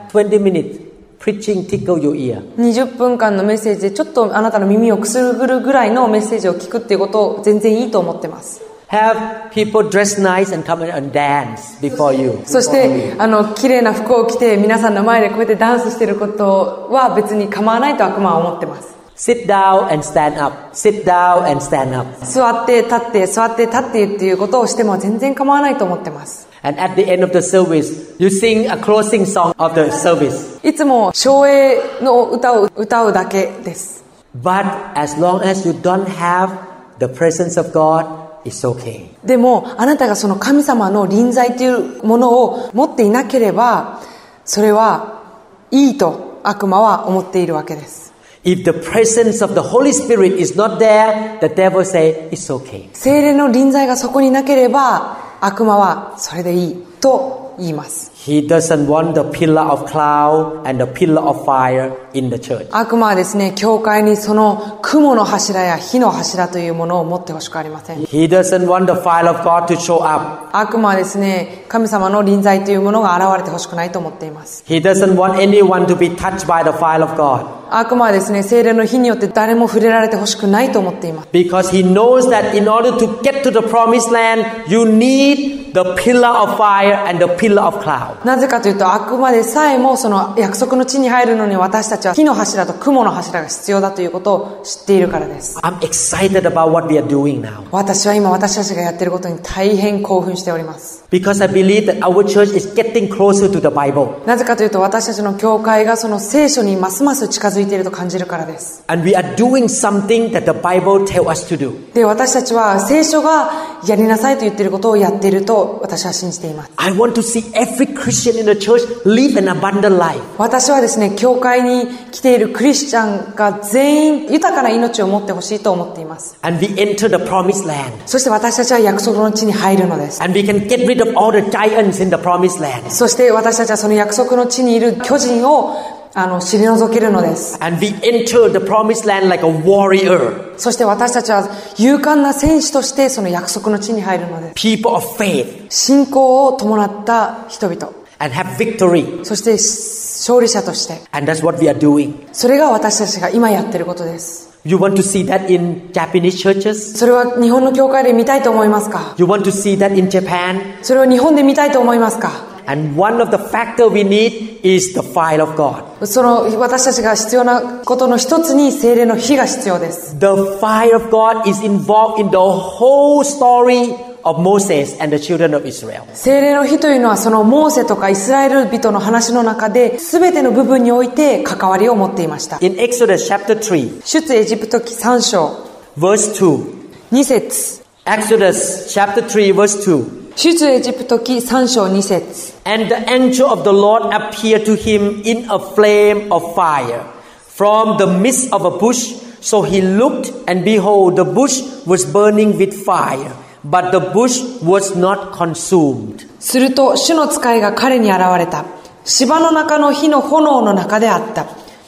Speaker 3: す
Speaker 2: 20 minutes preaching tickle your ear.
Speaker 3: 20分間のメッセージでちょっとあなたの耳をくすぐるぐらいのメッセージを聞くっていうことを全然いいと思ってます
Speaker 2: Have people dress nice and come and dance before you.
Speaker 3: そしてあの綺麗な服を着て皆さんの前でこうやってダンスしてることは別に構わないと悪魔は思ってます
Speaker 2: Sit down and stand up. Sit down and stand up.
Speaker 3: 座って立って座って立ってっていうことをしても全然構わないと思ってます
Speaker 2: And at the end of the service, you sing a closing song of the service.
Speaker 3: いつも省エの歌を歌うだけです
Speaker 2: But as long as you don't have the presence of God, it's okay.
Speaker 3: でもあなたがその神様の臨在というものを持っていなければそれはいいと悪魔は思っているわけです
Speaker 2: If the presence of the Holy Spirit is not there, the devil say it's okay.
Speaker 3: 精霊の臨在がそこになければ悪魔はそれでいいと言います
Speaker 2: He doesn't want the pillar of cloud and the pillar of fire in the church.
Speaker 3: 悪魔はですね教会にその雲の柱や火の柱というものを持ってほしくありません
Speaker 2: He doesn't want the fire of God to show up.
Speaker 3: 悪魔はですね神様の臨在というものが現れてほしくないと思っています
Speaker 2: He doesn't want anyone to be touched by the fire of God
Speaker 3: 悪魔はですね精霊の火によって誰も触れられてほしくないと思っています
Speaker 2: because he knows that in order to get to the promised land, you need the pillar of fire and the pillar of cloud.
Speaker 3: なぜかというとあくまでさえもその約束の地に入るのに私たちは火の柱と雲の柱が必要だということを知っているからです
Speaker 2: I'm excited about what we are doing now
Speaker 3: 私は今私たちがやっていることに大変興奮しております
Speaker 2: because I believe that our church is getting closer to the Bible
Speaker 3: なぜかというと私たちの教会がその聖書にますます近づいていると感じるからです
Speaker 2: and we are doing something that the Bible tells us to do.
Speaker 3: で私たちは聖書ががやりなさいと言っていることをやっていると私は信じています
Speaker 2: I want to see every Christian in the church live an abundant life.
Speaker 3: 私はですね教会に来ているクリスチャンが全員豊かな命を持ってほしいと思っています
Speaker 2: And we enter the promised land.
Speaker 3: そして私たちは約束の地に入るのです
Speaker 2: And we can get rid of all the giants in the promised land.
Speaker 3: そして私たちはその約束の地にいる巨人をあの知り除けるのです
Speaker 2: And we enter the promised land like a warrior,
Speaker 3: そして私たちは勇敢な戦士としてその約束の地に入るので
Speaker 2: people of faith,
Speaker 3: す信仰を伴った人々
Speaker 2: and have victory.
Speaker 3: そして勝利者として
Speaker 2: And that's what we are doing.
Speaker 3: それが私たちが今やってることです
Speaker 2: You want to see that in Japanese churches?
Speaker 3: それは日本の教会で見たいと思いますか
Speaker 2: You want to see that in Japan?
Speaker 3: それは日本で見たいと思いますか
Speaker 2: And one of the factor we need is the fire of God.
Speaker 3: その私たちが必要なことの一つに精霊の火が必要です
Speaker 2: The fire of God is involved in the whole story of Moses and the children of Israel.
Speaker 3: 精霊の火というのはそのモーセとかイスラエル人の話の中で全ての部分において関わりを持っていました。
Speaker 2: In Exodus chapter 3,
Speaker 3: 出エジプト記3章
Speaker 2: verse 2.
Speaker 3: 2節
Speaker 2: Exodus chapter 3, verse 2.
Speaker 3: 出エジプト記3章2節
Speaker 2: And the angel of the Lord appeared to him in a flame of fire from the midst of a bush. So he looked, and behold, the bush was burning with fire, but the bush was not consumed.
Speaker 3: すると主の使いが彼に現れた。芝の中の火の炎の中であった。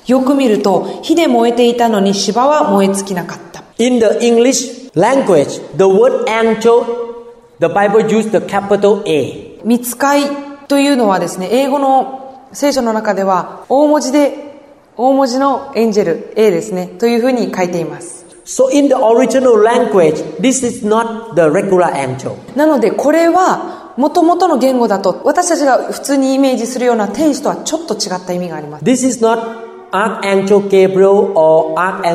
Speaker 3: よく見ると火で燃えていたのに芝は燃え尽きなかった。
Speaker 2: In the English language, the word angel, the Bible used the capital A.
Speaker 3: 見つかいというのはですね、英語の聖書の中では大文字で大文字のエンジェル A ですねというふうに書いています。
Speaker 2: So in the original language, this is not the regular angel.
Speaker 3: なのでこれは元々の言語だと私たちが普通にイメージするような天使とはちょっと違った意味があります
Speaker 2: This is not Archangel Gabriel or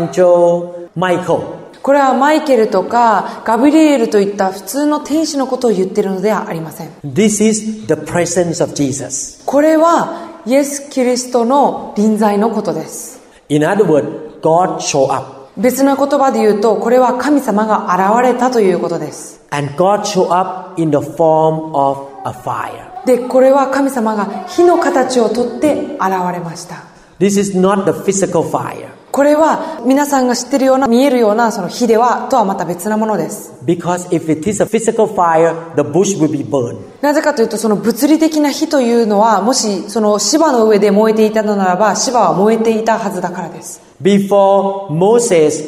Speaker 2: Archangel Michael.
Speaker 3: これはマイケルとかガブリエルといった普通の天使のことを言っているのではありません
Speaker 2: This is the presence of Jesus.
Speaker 3: これはイエス・キリストの臨在のことです
Speaker 2: In other words, God show up.
Speaker 3: 別な言葉で言うとこれは神様が現れたということです
Speaker 2: And God show up in the form of a fire.
Speaker 3: でこれは神様が火の形をとって現れました
Speaker 2: This is not the physical fire
Speaker 3: これは皆さんが知ってるような見えるようなその火ではとはまた別なものです
Speaker 2: because if it is a physical fire, the bush will be burned.
Speaker 3: なぜかというとその物理的な火というのはもしその芝の上で燃えていたのならば芝は燃えていたはずだからです
Speaker 2: Before Moses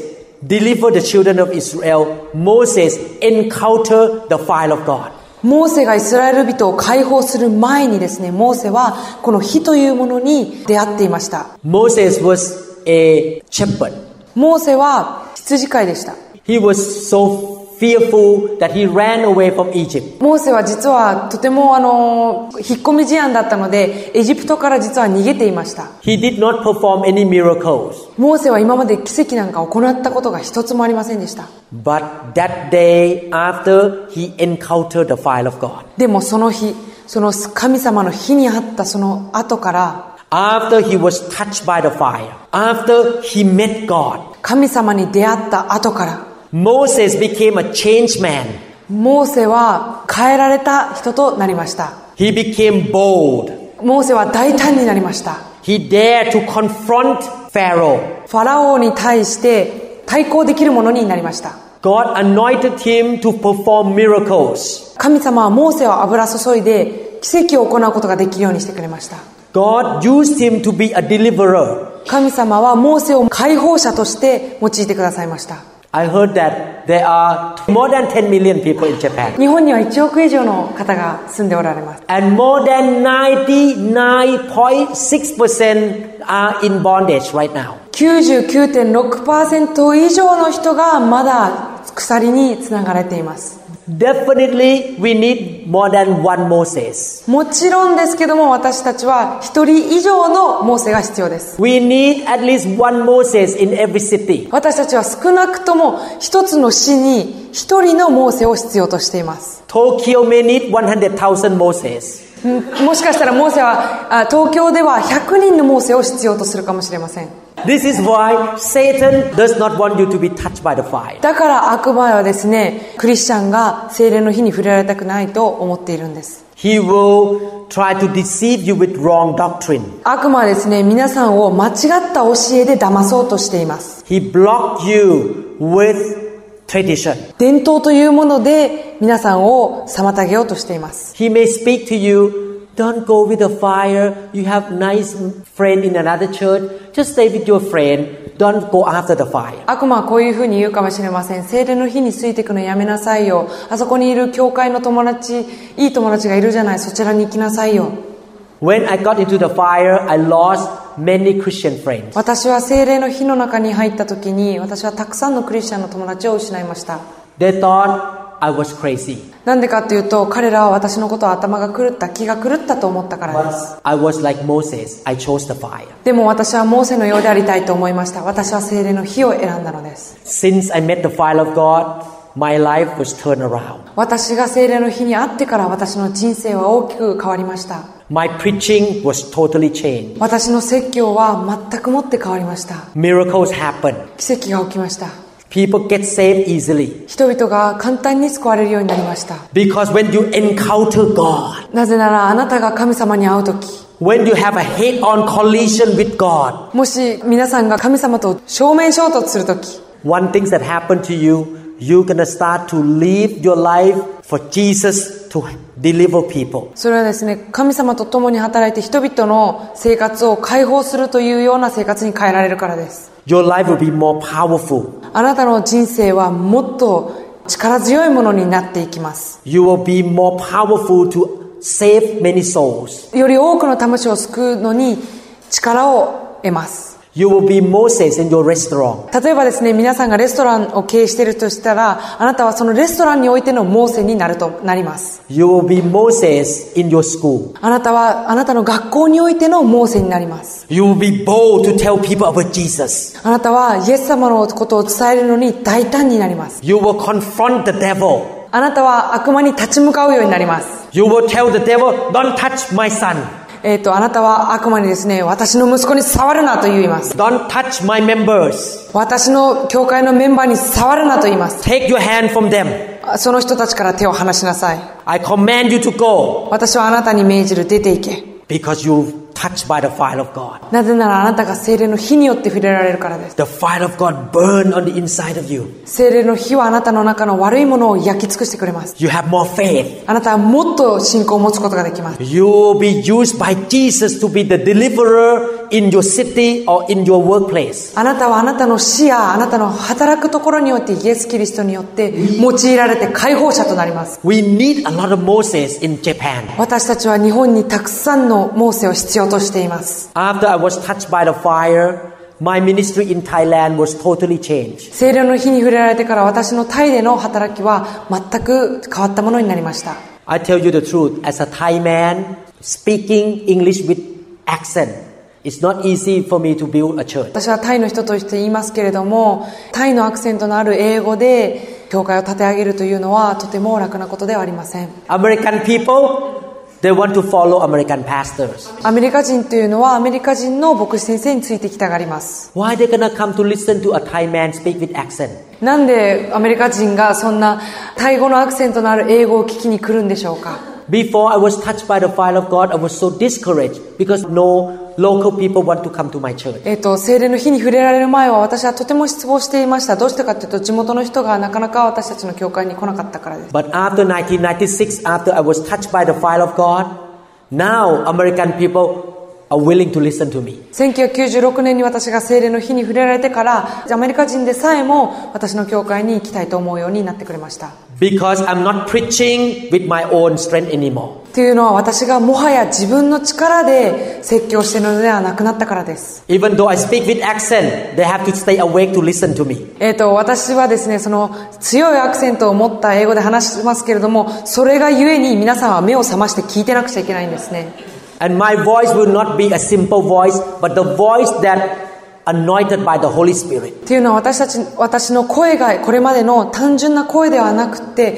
Speaker 2: delivered the children of Israel, Moses encountered the fire of God.
Speaker 3: モーセがイスラエル人を解放する前にですねモーセはこの火というものに出会っていました
Speaker 2: Moses was a shepherd.
Speaker 3: モーセは羊飼いでした
Speaker 2: He was so fearful that he ran away from Egypt.
Speaker 3: モーセは実はとてもあの引っ込み思案だったのでエジプトから実は逃げていました
Speaker 2: He did not perform any miracles.
Speaker 3: モーセは今まで奇跡なんか行ったことが一つもありませんでした
Speaker 2: But that day after, he encountered the fire of God.
Speaker 3: でもその日その神様の火にあったその後から
Speaker 2: After he was touched by the fire, after he met God,
Speaker 3: 神様に出会った後から、
Speaker 2: Moses became a changed man.
Speaker 3: モーセは変えられた人となりました。
Speaker 2: He became bold.
Speaker 3: モーセは大胆になりました。
Speaker 2: He dared to confront Pharaoh.
Speaker 3: ファラオに対して対抗できるものになりました。
Speaker 2: God anointed him to perform miracles.
Speaker 3: 神様はモーセを油注いで奇跡を行うことができるようにしてくれました。
Speaker 2: God used him to be a deliverer.
Speaker 3: 神様はモーセを解放者として用いてくださいました。
Speaker 2: I heard that there are more than 10 million people in Japan.
Speaker 3: 日本には1億以上の方が住んでおられます。
Speaker 2: And more than 99.6% are in bondage right now.
Speaker 3: 99.6%以上の人がまだ鎖につながれています。
Speaker 2: Definitely, we need more than one Moses.
Speaker 3: もちろんですけども私たちは一人以上のモーセが必要です
Speaker 2: We need at least one Moses in every city.
Speaker 3: 私たちは少なくとも一つの市に一人のモーセを必要としています
Speaker 2: Tokyo may need 100,000 Moses.
Speaker 3: んもしかしたらモーセはあ東京では100人のモーセを必要とするかもしれません
Speaker 2: This is why Satan does not want you to be touched by the fire.
Speaker 3: だから悪魔はですねクリスチャンが精霊の火に触れられたくないと思っているんです
Speaker 2: He will try to deceive you with wrong doctrine.
Speaker 3: 悪魔はですね皆さんを間違った教えで騙そうとしています
Speaker 2: He block you with tradition.
Speaker 3: 伝統というもので皆さんを妨げようとしています
Speaker 2: He may speak to you, don't go with the fire. You have nice friend in another church. Just stay with your friend. Don't go after the fire.
Speaker 3: 悪魔はこういうふうに言うかもしれません精霊の火についていくのやめなさいよあそこにいる教会の友達いい友達がいるじゃないそちらに行きなさいよ
Speaker 2: When I got into the fire, I lost many Christian friends.
Speaker 3: 私は精霊の火の中に入った時に私はたくさんのクリスチャンの友達を失いました
Speaker 2: They thought I was crazy.
Speaker 3: なんでかっていうと彼らは私のことを頭が狂った気が狂ったと思ったからです
Speaker 2: I was like Moses. I chose the fire.
Speaker 3: でも私はモーセのようでありたいと思いました私は精霊の火を選んだのです
Speaker 2: Since I met the fire of God, my life was turned around.
Speaker 3: 私が精霊の火に会ってから私の人生は大きく変わりました
Speaker 2: My preaching was totally changed.
Speaker 3: 私の説教は全くもって変わりました
Speaker 2: Miracles happened.
Speaker 3: 奇跡が起きました
Speaker 2: People get saved easily.
Speaker 3: 人々が簡単に救われるようになりました
Speaker 2: Because when you encounter God,
Speaker 3: なぜならあなたが神様に会う時
Speaker 2: when you have a head on collision with God,
Speaker 3: もし皆さんが神様と正面衝突する時
Speaker 2: one thing that happened to you, you're going to start to live your life for Jesus to deliver people.
Speaker 3: それはですね神様と共に働いて人々の生活を解放するというような生活に変えられるからです
Speaker 2: Your life will be more powerful.
Speaker 3: あなたの人生はもっと力強いものになっていきます
Speaker 2: You will be more powerful to save many souls.
Speaker 3: より多くの魂を救うのに力を得ます
Speaker 2: You will be Moses in your restaurant.
Speaker 3: 例えばですね皆さんがレストランを経営しているとしたらあなたはそのレストランにおいてのモーセになるとなります
Speaker 2: You will be Moses in your school.
Speaker 3: あなたはあなたの学校においてのモーセになります
Speaker 2: You will be bold to tell people about Jesus.
Speaker 3: あなたはイエス様のことを伝えるのに大胆になります
Speaker 2: You will confront the devil.
Speaker 3: あなたは悪魔に立ち向かうようになります。
Speaker 2: You will tell the devil, don't touch my son.
Speaker 3: えっ、と、あなたは悪魔にですね、私の息子に触るなと言います。
Speaker 2: Don't touch my members.
Speaker 3: 私の教会のメンバーに触るなと言います。
Speaker 2: Take your hand from them.
Speaker 3: あその人たちから手を離しなさい。
Speaker 2: I command you to go
Speaker 3: 私はあなたに命じる出て行け。
Speaker 2: because you touched by the fire of God.
Speaker 3: なぜならあなたが精霊の火によって触れられるからです。
Speaker 2: The fire of God burn on the inside of you.
Speaker 3: 精霊の火はあなたの中の悪いものを焼き尽くしてくれます。
Speaker 2: You have more faith.
Speaker 3: あなたはもっと信仰を持つことができます。
Speaker 2: You will be used by Jesus to be the deliverer in your city or in your workplace.
Speaker 3: あなたはあなたの視野、あなたの働くところによってイエス・キリストによって用いられて解放者となります。
Speaker 2: We need a lot of Moses in Japan.
Speaker 3: 私たちは日本にたくさんのモーセを必要としています
Speaker 2: After I was touched by the fire, my ministry in Thailand was totally changed.
Speaker 3: 聖霊の火に触れられてから私のタイでの働きは全く変わったものになりました
Speaker 2: I tell you the truth, as a Thai man, speaking English with accent, it's not easy for me to build a church.
Speaker 3: 私はタイの人として言いますけれどもタイのアクセントのある英語で教会を立て上げるというのはとても楽なことではありません
Speaker 2: American people, they want to follow American pastors.
Speaker 3: アメリカ人というのはアメリカ人の牧師先生についてきたがります
Speaker 2: Why they gonna come to listen to a Thai man speak with accent?
Speaker 3: なんでアメリカ人がそんなタイ語のアクセントのある英語を聞きに来るんでしょうか
Speaker 2: Before I was touched by the fire of God, I was so discouraged because no local people want to come to my church.
Speaker 3: えっと精霊の火に触れられる前は私はとても失望していましたどうしてかというと地元の人がなかなか私たちの教会に来なかったからです
Speaker 2: But after 1996, after I was touched by the fire of God, now American people are willing to listen to me.
Speaker 3: 1996年に私が精霊の火に触れられてからアメリカ人でさえも私の教会に行きたいと思うようになってくれました
Speaker 2: Because I'm not preaching with my own strength anymore.
Speaker 3: というのは私がもはや自分の力で説教しているのではなくなったからです、
Speaker 2: Even though I speak with accent, they have to stay awake to listen to me.
Speaker 3: えっと私はですねその強いアクセントを持った英語で話しますけれどもそれがゆえに皆さんは目を覚まして聞いてなくちゃいけないんですね
Speaker 2: And my voice will not be a simple voice, but the voice that anointed by the Holy Spirit.
Speaker 3: っていうのは私たち私の声がこれまでの単純な声ではなくて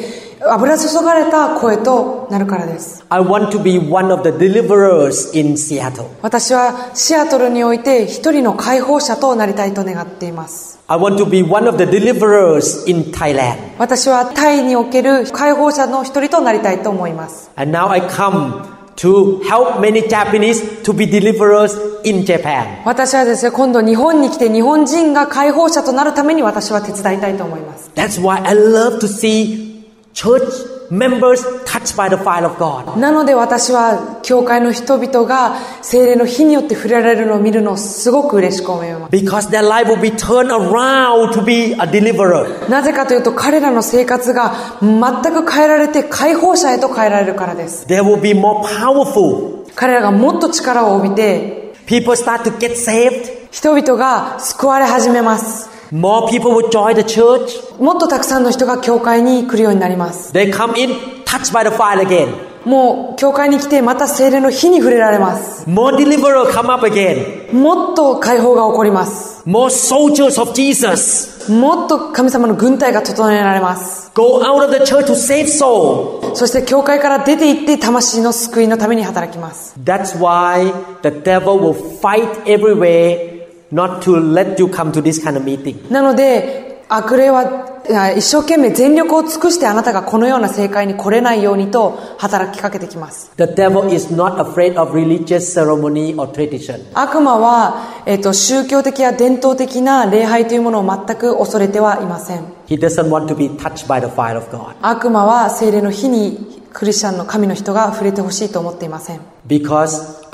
Speaker 3: 油注がれた声となるからです
Speaker 2: I want to be one of the deliverers in Seattle.
Speaker 3: 私はシアトルにおいて一人の解放者となりたいと願っています
Speaker 2: I want to be one of the deliverers in Thailand.
Speaker 3: 私はタイにおける解放者の一人となりたいと思います
Speaker 2: And now I come to help many Japanese to be deliverers in Japan.
Speaker 3: 私はですね今度日本に来て日本人が解放者となるために私は手伝いたいと思います
Speaker 2: That's why I love to see church members touched by the fire of God.
Speaker 3: なので私は教会の人々が精霊の火によって触れられるのを見るのをすごく嬉しく思いま
Speaker 2: Because their life will be turned around to be a deliverer.
Speaker 3: すなぜかというと彼らの生活が全く変えられて解放者へと変えられるからです
Speaker 2: They will be more powerful.
Speaker 3: 彼らがもっと力を帯びて
Speaker 2: People start to get saved.
Speaker 3: 人々が救われ始めます
Speaker 2: More people will join the church.
Speaker 3: もっとたくさんの人が教会に来るようになります
Speaker 2: They come in, touched by the fire again.
Speaker 3: もう教会に来てまた精霊の火に触れられます
Speaker 2: More deliverer come up again.
Speaker 3: もっと解放が起こります
Speaker 2: More soldiers of Jesus
Speaker 3: もっと神様の軍隊が整えられます
Speaker 2: go out of the church to save soul.
Speaker 3: そして教会から出て行って魂の救いのために働きます
Speaker 2: That's why the devil will fight everywhere not to let you come to this kind of meeting.
Speaker 3: なので悪霊はいや一生懸命全力を尽くしてあなたがこのような正解に来れないようにと働きかけてきます
Speaker 2: The devil is not afraid of religious ceremony or tradition.
Speaker 3: 悪魔は、えっと宗教的や伝統的な礼拝というものを全く恐れてはいません
Speaker 2: He doesn't want to be touched by the fire of God
Speaker 3: 悪魔は精霊の火にクリスチャンの神の人が触れてほしいと思っていません
Speaker 2: because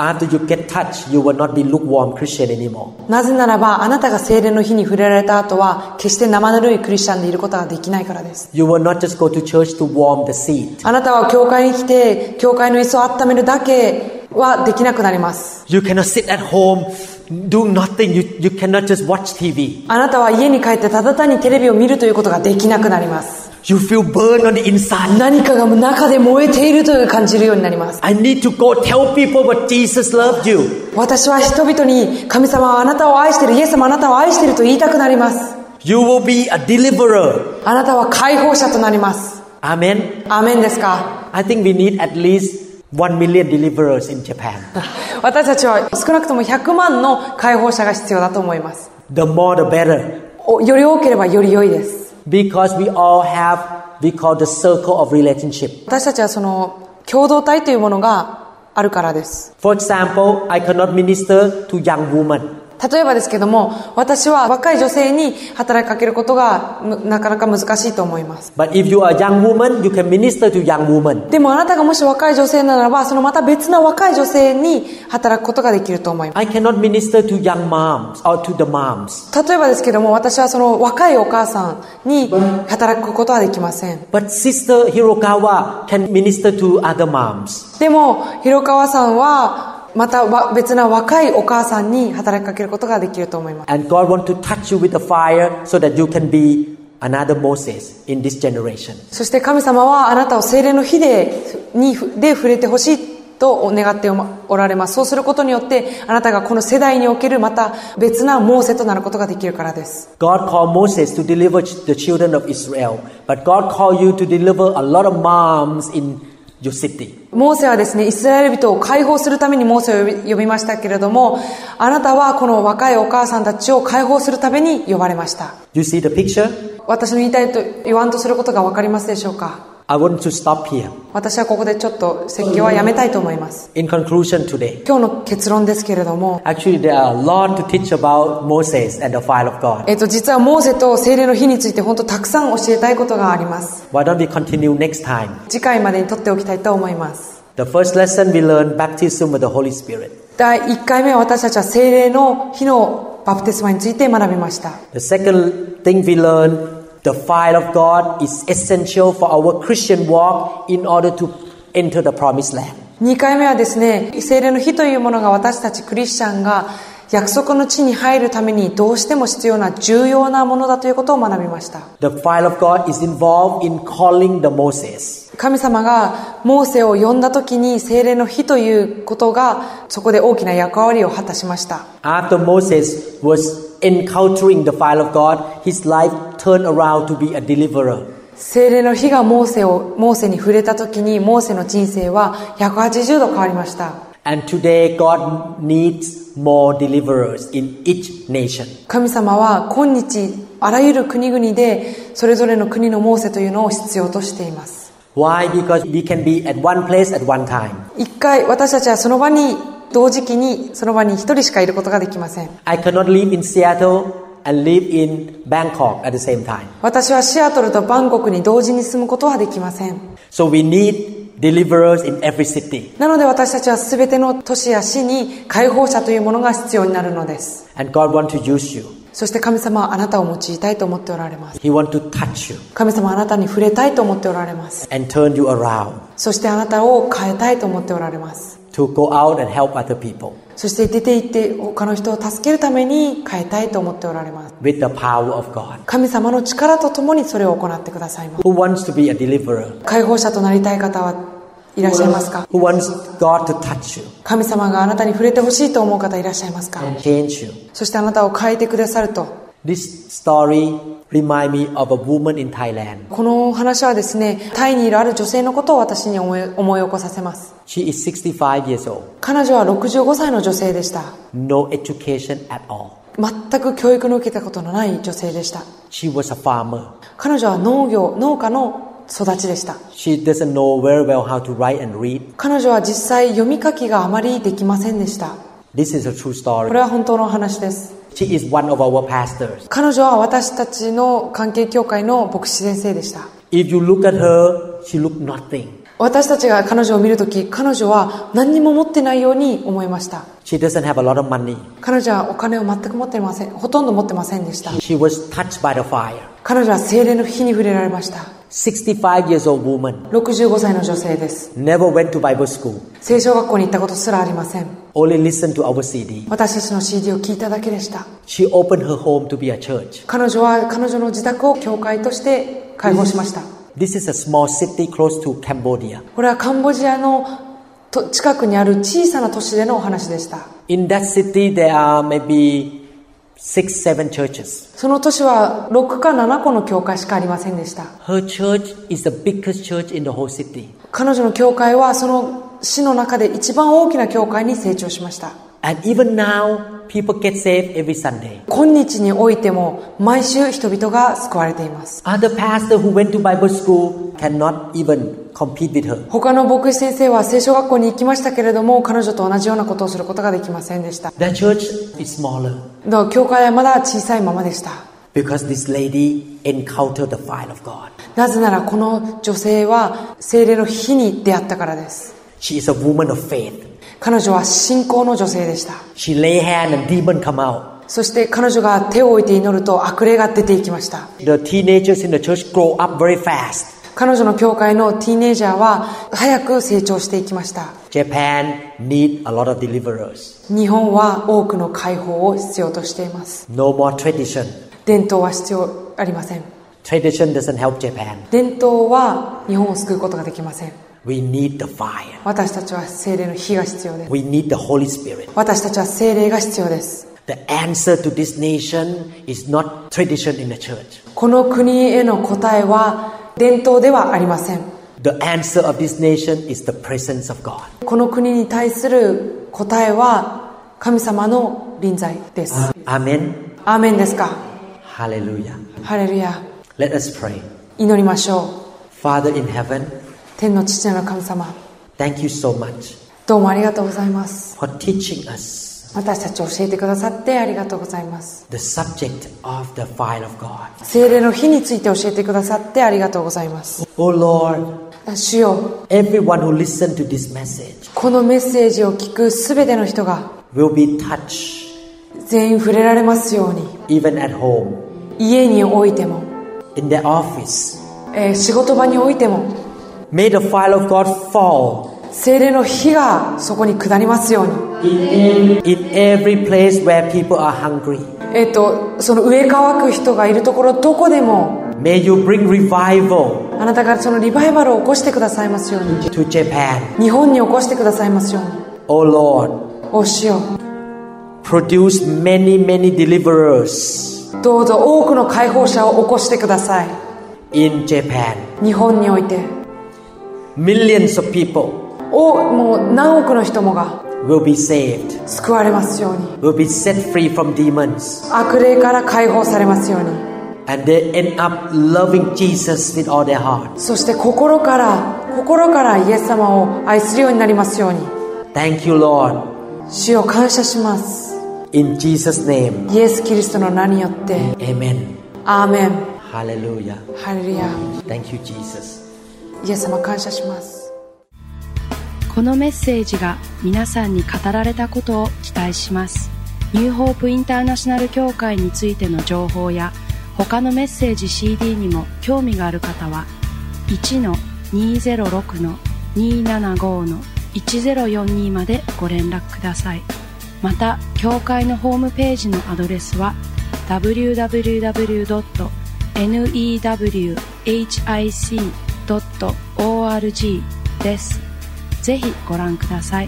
Speaker 2: after you get touched, you will not be lukewarm Christian anymore.
Speaker 3: なぜならばあなたが精霊の火に触れられた後は決して生ぬるいクリスチャンでいることができないからです
Speaker 2: You will not just go to church to warm the seat.
Speaker 3: あなたは教会に来て教会の椅子を温めるだけはできなくなります
Speaker 2: You cannot sit at home, do nothing. You, you cannot just watch TV.
Speaker 3: あなたは家に帰ってただ単にテレビを見るということができなくなります
Speaker 2: You feel burned on the inside.
Speaker 3: 何かが中で燃えているという感じるようになります
Speaker 2: I need to go tell people what Jesus loved you.
Speaker 3: 私は人々に神様はあなたを愛してるイエス様はあなたを愛してると言いたくなります
Speaker 2: You will be a deliverer.
Speaker 3: あなたは解放者となります
Speaker 2: Amen.
Speaker 3: アーメンですか
Speaker 2: I think we need at least 1 million deliverers in Japan.
Speaker 3: 私たちは少なくとも100万の解放者が必要だと思います
Speaker 2: The more the better.
Speaker 3: おより多ければより良いです
Speaker 2: Because we all have, we call the circle of relationship.
Speaker 3: 私たちはその共同体というものがあるからです
Speaker 2: For example, I cannot minister to young women.
Speaker 3: 例えばですけども私は若い女性に働きかけることがむなかなか難しいと思います
Speaker 2: But if you are a young woman, you can minister to young women.
Speaker 3: でもあなたがもし若い女性ならばそのまた別な若い女性に働くことができると思いま
Speaker 2: I cannot minister to young moms or to the moms.
Speaker 3: す例えばですけども私はその若いお母さんに働くことはできません
Speaker 2: But Sister Hirokawa can minister to other moms.
Speaker 3: でも広川さんはまたわ別な若いお母さんに働きかけることができると思います
Speaker 2: And God wants to touch you with the fire so that you can be another Moses in this generation.
Speaker 3: そして神様はあなたを精霊の火でにで触れてほしいと願っておられますそうすることによってあなたがこの世代におけるまた別なモーセとなることができるからです
Speaker 2: God called Moses to deliver the children of Israel, but God called you to deliver a lot of moms in your city.
Speaker 3: モーセはですねイスラエル人を解放するためにモーセを呼び呼びましたけれどもあなたはこの若いお母さんたちを解放するために呼ばれました
Speaker 2: You see the picture?
Speaker 3: 私の言いたいと言わんとすることが分かりますでしょうか
Speaker 2: I want to stop here.
Speaker 3: 私はここでちょっと説教はやめたいと思います。
Speaker 2: In conclusion today,
Speaker 3: 今日の結論ですけれども、
Speaker 2: actually there are a lot to teach about Moses and the fire of God.
Speaker 3: えっと、実はモーセと精霊の日について本当たくさん教えたいことがあります。
Speaker 2: Why don't we continue next time?
Speaker 3: 次回までに取っておきたいと思います。
Speaker 2: The first lesson we learned baptism with the Holy Spirit.
Speaker 3: 第1回目は私たちは精霊の日のバプテスマについて学びました。
Speaker 2: The second thing we learn the fire of God is essential for our Christian walk in order to enter the promised land.
Speaker 3: 2回目はですね、精霊の日というものが私たちクリスチャンが約束の地に入るためにどうしても必要な重要なものだということを学びました。
Speaker 2: The fire of God is involved in calling the Moses.
Speaker 3: 神様がモーセを呼んだ時に精霊の日ということがそこで大きな役割を果たしました
Speaker 2: After Moses was encountering the fire of God, his life turned around to be a deliverer.
Speaker 3: 精霊の火がモーセをモーセに触れた時にモーセの人生は180度変わりました
Speaker 2: And today, God needs more deliverers in each nation.
Speaker 3: 神様は今日あらゆる国々でそれぞれの国のモーセというのを必要としています
Speaker 2: Why? Because we can be at one place at one time.
Speaker 3: 一回私たちはその場に同時期にその場に一人しかいることができません
Speaker 2: I cannot live in Seattle and live in Bangkok at the same time.
Speaker 3: 私はシアトルとバンコクに同時に住むことはできません
Speaker 2: So we need deliverers in every city.
Speaker 3: なので私たちは全ての都市や市に解放者というものが必要になるのです
Speaker 2: And God wants to use you.
Speaker 3: そして神様はあなたを用いたいと思っておられます
Speaker 2: He wants to touch you
Speaker 3: 神様はあなたに触れたいと思っておられます
Speaker 2: and turn you around
Speaker 3: そしてあなたを変えたいと思っておられます
Speaker 2: to go out and help other people
Speaker 3: そして出て行って他の人を助けるために変えたいと思っておられます
Speaker 2: with the power of God.
Speaker 3: 神様の力とともにそれを行ってくださいます
Speaker 2: Who wants to be a deliverer?
Speaker 3: 解放者となりたい方はいらっしゃいますか
Speaker 2: Who wants God to touch you
Speaker 3: 神様があなたに触れてほしいと思う方いらっしゃいますか
Speaker 2: and change you?
Speaker 3: そしてあなたを変えてくださると
Speaker 2: This story remind me of a woman in Thailand.
Speaker 3: この話はですねタイにいるある女性のことを私に思い思い起こさせます
Speaker 2: She is 65 years old,
Speaker 3: 彼女は65歳の女性でした
Speaker 2: no education at all.
Speaker 3: 全く教育の受けたことのない女性でした
Speaker 2: She was a farmer.
Speaker 3: 彼女は農業農家の育ちでした
Speaker 2: She doesn't know very well how to write and read.
Speaker 3: 彼女は実際読み書きがあまりできませんでした
Speaker 2: This is a true
Speaker 3: こ
Speaker 2: story.
Speaker 3: れは本当のお話です
Speaker 2: She is one of our pastors.
Speaker 3: 彼女は私たちの関係協会の牧師先生でした
Speaker 2: If you look at her, she look nothing.
Speaker 3: 私たちが彼女を見るとき彼女は何にも持ってないように思いました
Speaker 2: She doesn't have a lot of money.
Speaker 3: 彼女はお金を全く持ってませんほとんど持ってませんでした
Speaker 2: She was touched by the fire.
Speaker 3: 彼女は精霊の火に触れられました
Speaker 2: 65 years old woman.
Speaker 3: 65歳の女性です
Speaker 2: Never went to Bible school.
Speaker 3: 聖書学校に行ったことすらありません
Speaker 2: Only listened to our CD.
Speaker 3: 私たちの CD を聞いただけでした
Speaker 2: She opened her home to be a church.
Speaker 3: 彼女は彼女の自宅を教会として開放しました
Speaker 2: This is a small city close to Cambodia.
Speaker 3: これはカンボジアのと近くにある小さな都市でのお話でした
Speaker 2: In that city, there are maybe six, seven churches.
Speaker 3: その都市は6か7個の教会しかありませんでした
Speaker 2: Her church is the biggest church in the whole city.
Speaker 3: 彼女の教会はその市の中で一番大きな教会に成長しました
Speaker 2: And even now, people get saved every Sunday.
Speaker 3: 今日においても毎週人々が救われています
Speaker 2: Other pastors who went to Bible school cannot even compete with her.
Speaker 3: 他の牧師先生は聖書学校に行きましたけれども彼女と同じようなことをすることができませんでした
Speaker 2: Their church is smaller
Speaker 3: だから教会はまだ小さいままでした
Speaker 2: because this lady encountered the fire of God.
Speaker 3: なぜならこの女性は精霊の火に出会ったからです
Speaker 2: She is a woman of faith.
Speaker 3: 彼女は信仰の女性でした
Speaker 2: She lay hand and demon come out.
Speaker 3: そして彼女が手を置いて祈ると悪霊が出ていきました
Speaker 2: The teenagers in the church grow up very fast.
Speaker 3: 彼女の教会のティーネイジャーは早く成長していきました
Speaker 2: Japan need a lot of deliverers.
Speaker 3: 日本は多くの解放を必要としています
Speaker 2: No more tradition.
Speaker 3: 伝統は必要ありません
Speaker 2: Tradition doesn't help Japan.
Speaker 3: 伝統は日本を救うことができません
Speaker 2: We need the fire.
Speaker 3: 私たちは精霊の火が必要です
Speaker 2: We need the Holy Spirit.
Speaker 3: 私たちは精霊が必要です
Speaker 2: The answer to this nation is not tradition in the church.
Speaker 3: この国への答えは伝統ではありません
Speaker 2: The answer of this nation is the presence of God.
Speaker 3: この国に対する答えは神様の臨在です
Speaker 2: Amen.
Speaker 3: アーメンですか
Speaker 2: Hallelujah.
Speaker 3: ハレルヤ
Speaker 2: Let us pray.
Speaker 3: 祈りましょう
Speaker 2: Father in heaven,
Speaker 3: 天の父なる神様
Speaker 2: thank you so much
Speaker 3: どうもありがとうございます
Speaker 2: for teaching us
Speaker 3: 私たちを教えてくださってありがとうございます
Speaker 2: the subject of the fire of God.
Speaker 3: 精霊の火について教えてくださってありがとうございます
Speaker 2: Oh Lord,
Speaker 3: 主よ
Speaker 2: everyone who listened to this message
Speaker 3: このメッセージを聞くすべての人が
Speaker 2: will be touched
Speaker 3: 全員触れられますように
Speaker 2: even at home,
Speaker 3: 家においても、
Speaker 2: in their office.
Speaker 3: えー仕事場においても
Speaker 2: May the fire of God fall
Speaker 3: 精霊の火がそこに下りますように、
Speaker 2: in every place where people are hungry.
Speaker 3: えー、とその上乾く人がいるところどこでも
Speaker 2: May you bring revival
Speaker 3: あなたがそのリバイバルを起こしてくださいますように
Speaker 2: to Japan.
Speaker 3: 日本に起こしてくださいますよう
Speaker 2: Oh Lord,
Speaker 3: にお主よ
Speaker 2: produce many, many deliverers
Speaker 3: どうぞ多くの解放者を起こしてください
Speaker 2: in Japan.
Speaker 3: 日本において
Speaker 2: Millions of people
Speaker 3: をもう何億の人もが
Speaker 2: will be saved,
Speaker 3: 救われますように
Speaker 2: will be set free from demons,
Speaker 3: 悪霊から解放されますように
Speaker 2: and they end up loving Jesus with all their heart.
Speaker 3: そして心から心からイエス様を愛するようになりますように
Speaker 2: Thank you, Lord.
Speaker 3: 主を感謝します
Speaker 2: In Jesus' name,
Speaker 3: イエス・キリストの名によって
Speaker 2: amen.
Speaker 3: アーメン
Speaker 2: Hallelujah.
Speaker 3: ハレルヤ
Speaker 2: Thank you, Jesus.
Speaker 3: イエス様感謝します
Speaker 1: このメッセージが皆さんに語られたことを期待しますニューホープインターナショナル協会についての情報や他のメッセージ CD にも興味がある方は1-206-275-1042までご連絡くださいまた協会のホームページのアドレスは www.newhic.org ですぜひご覧ください。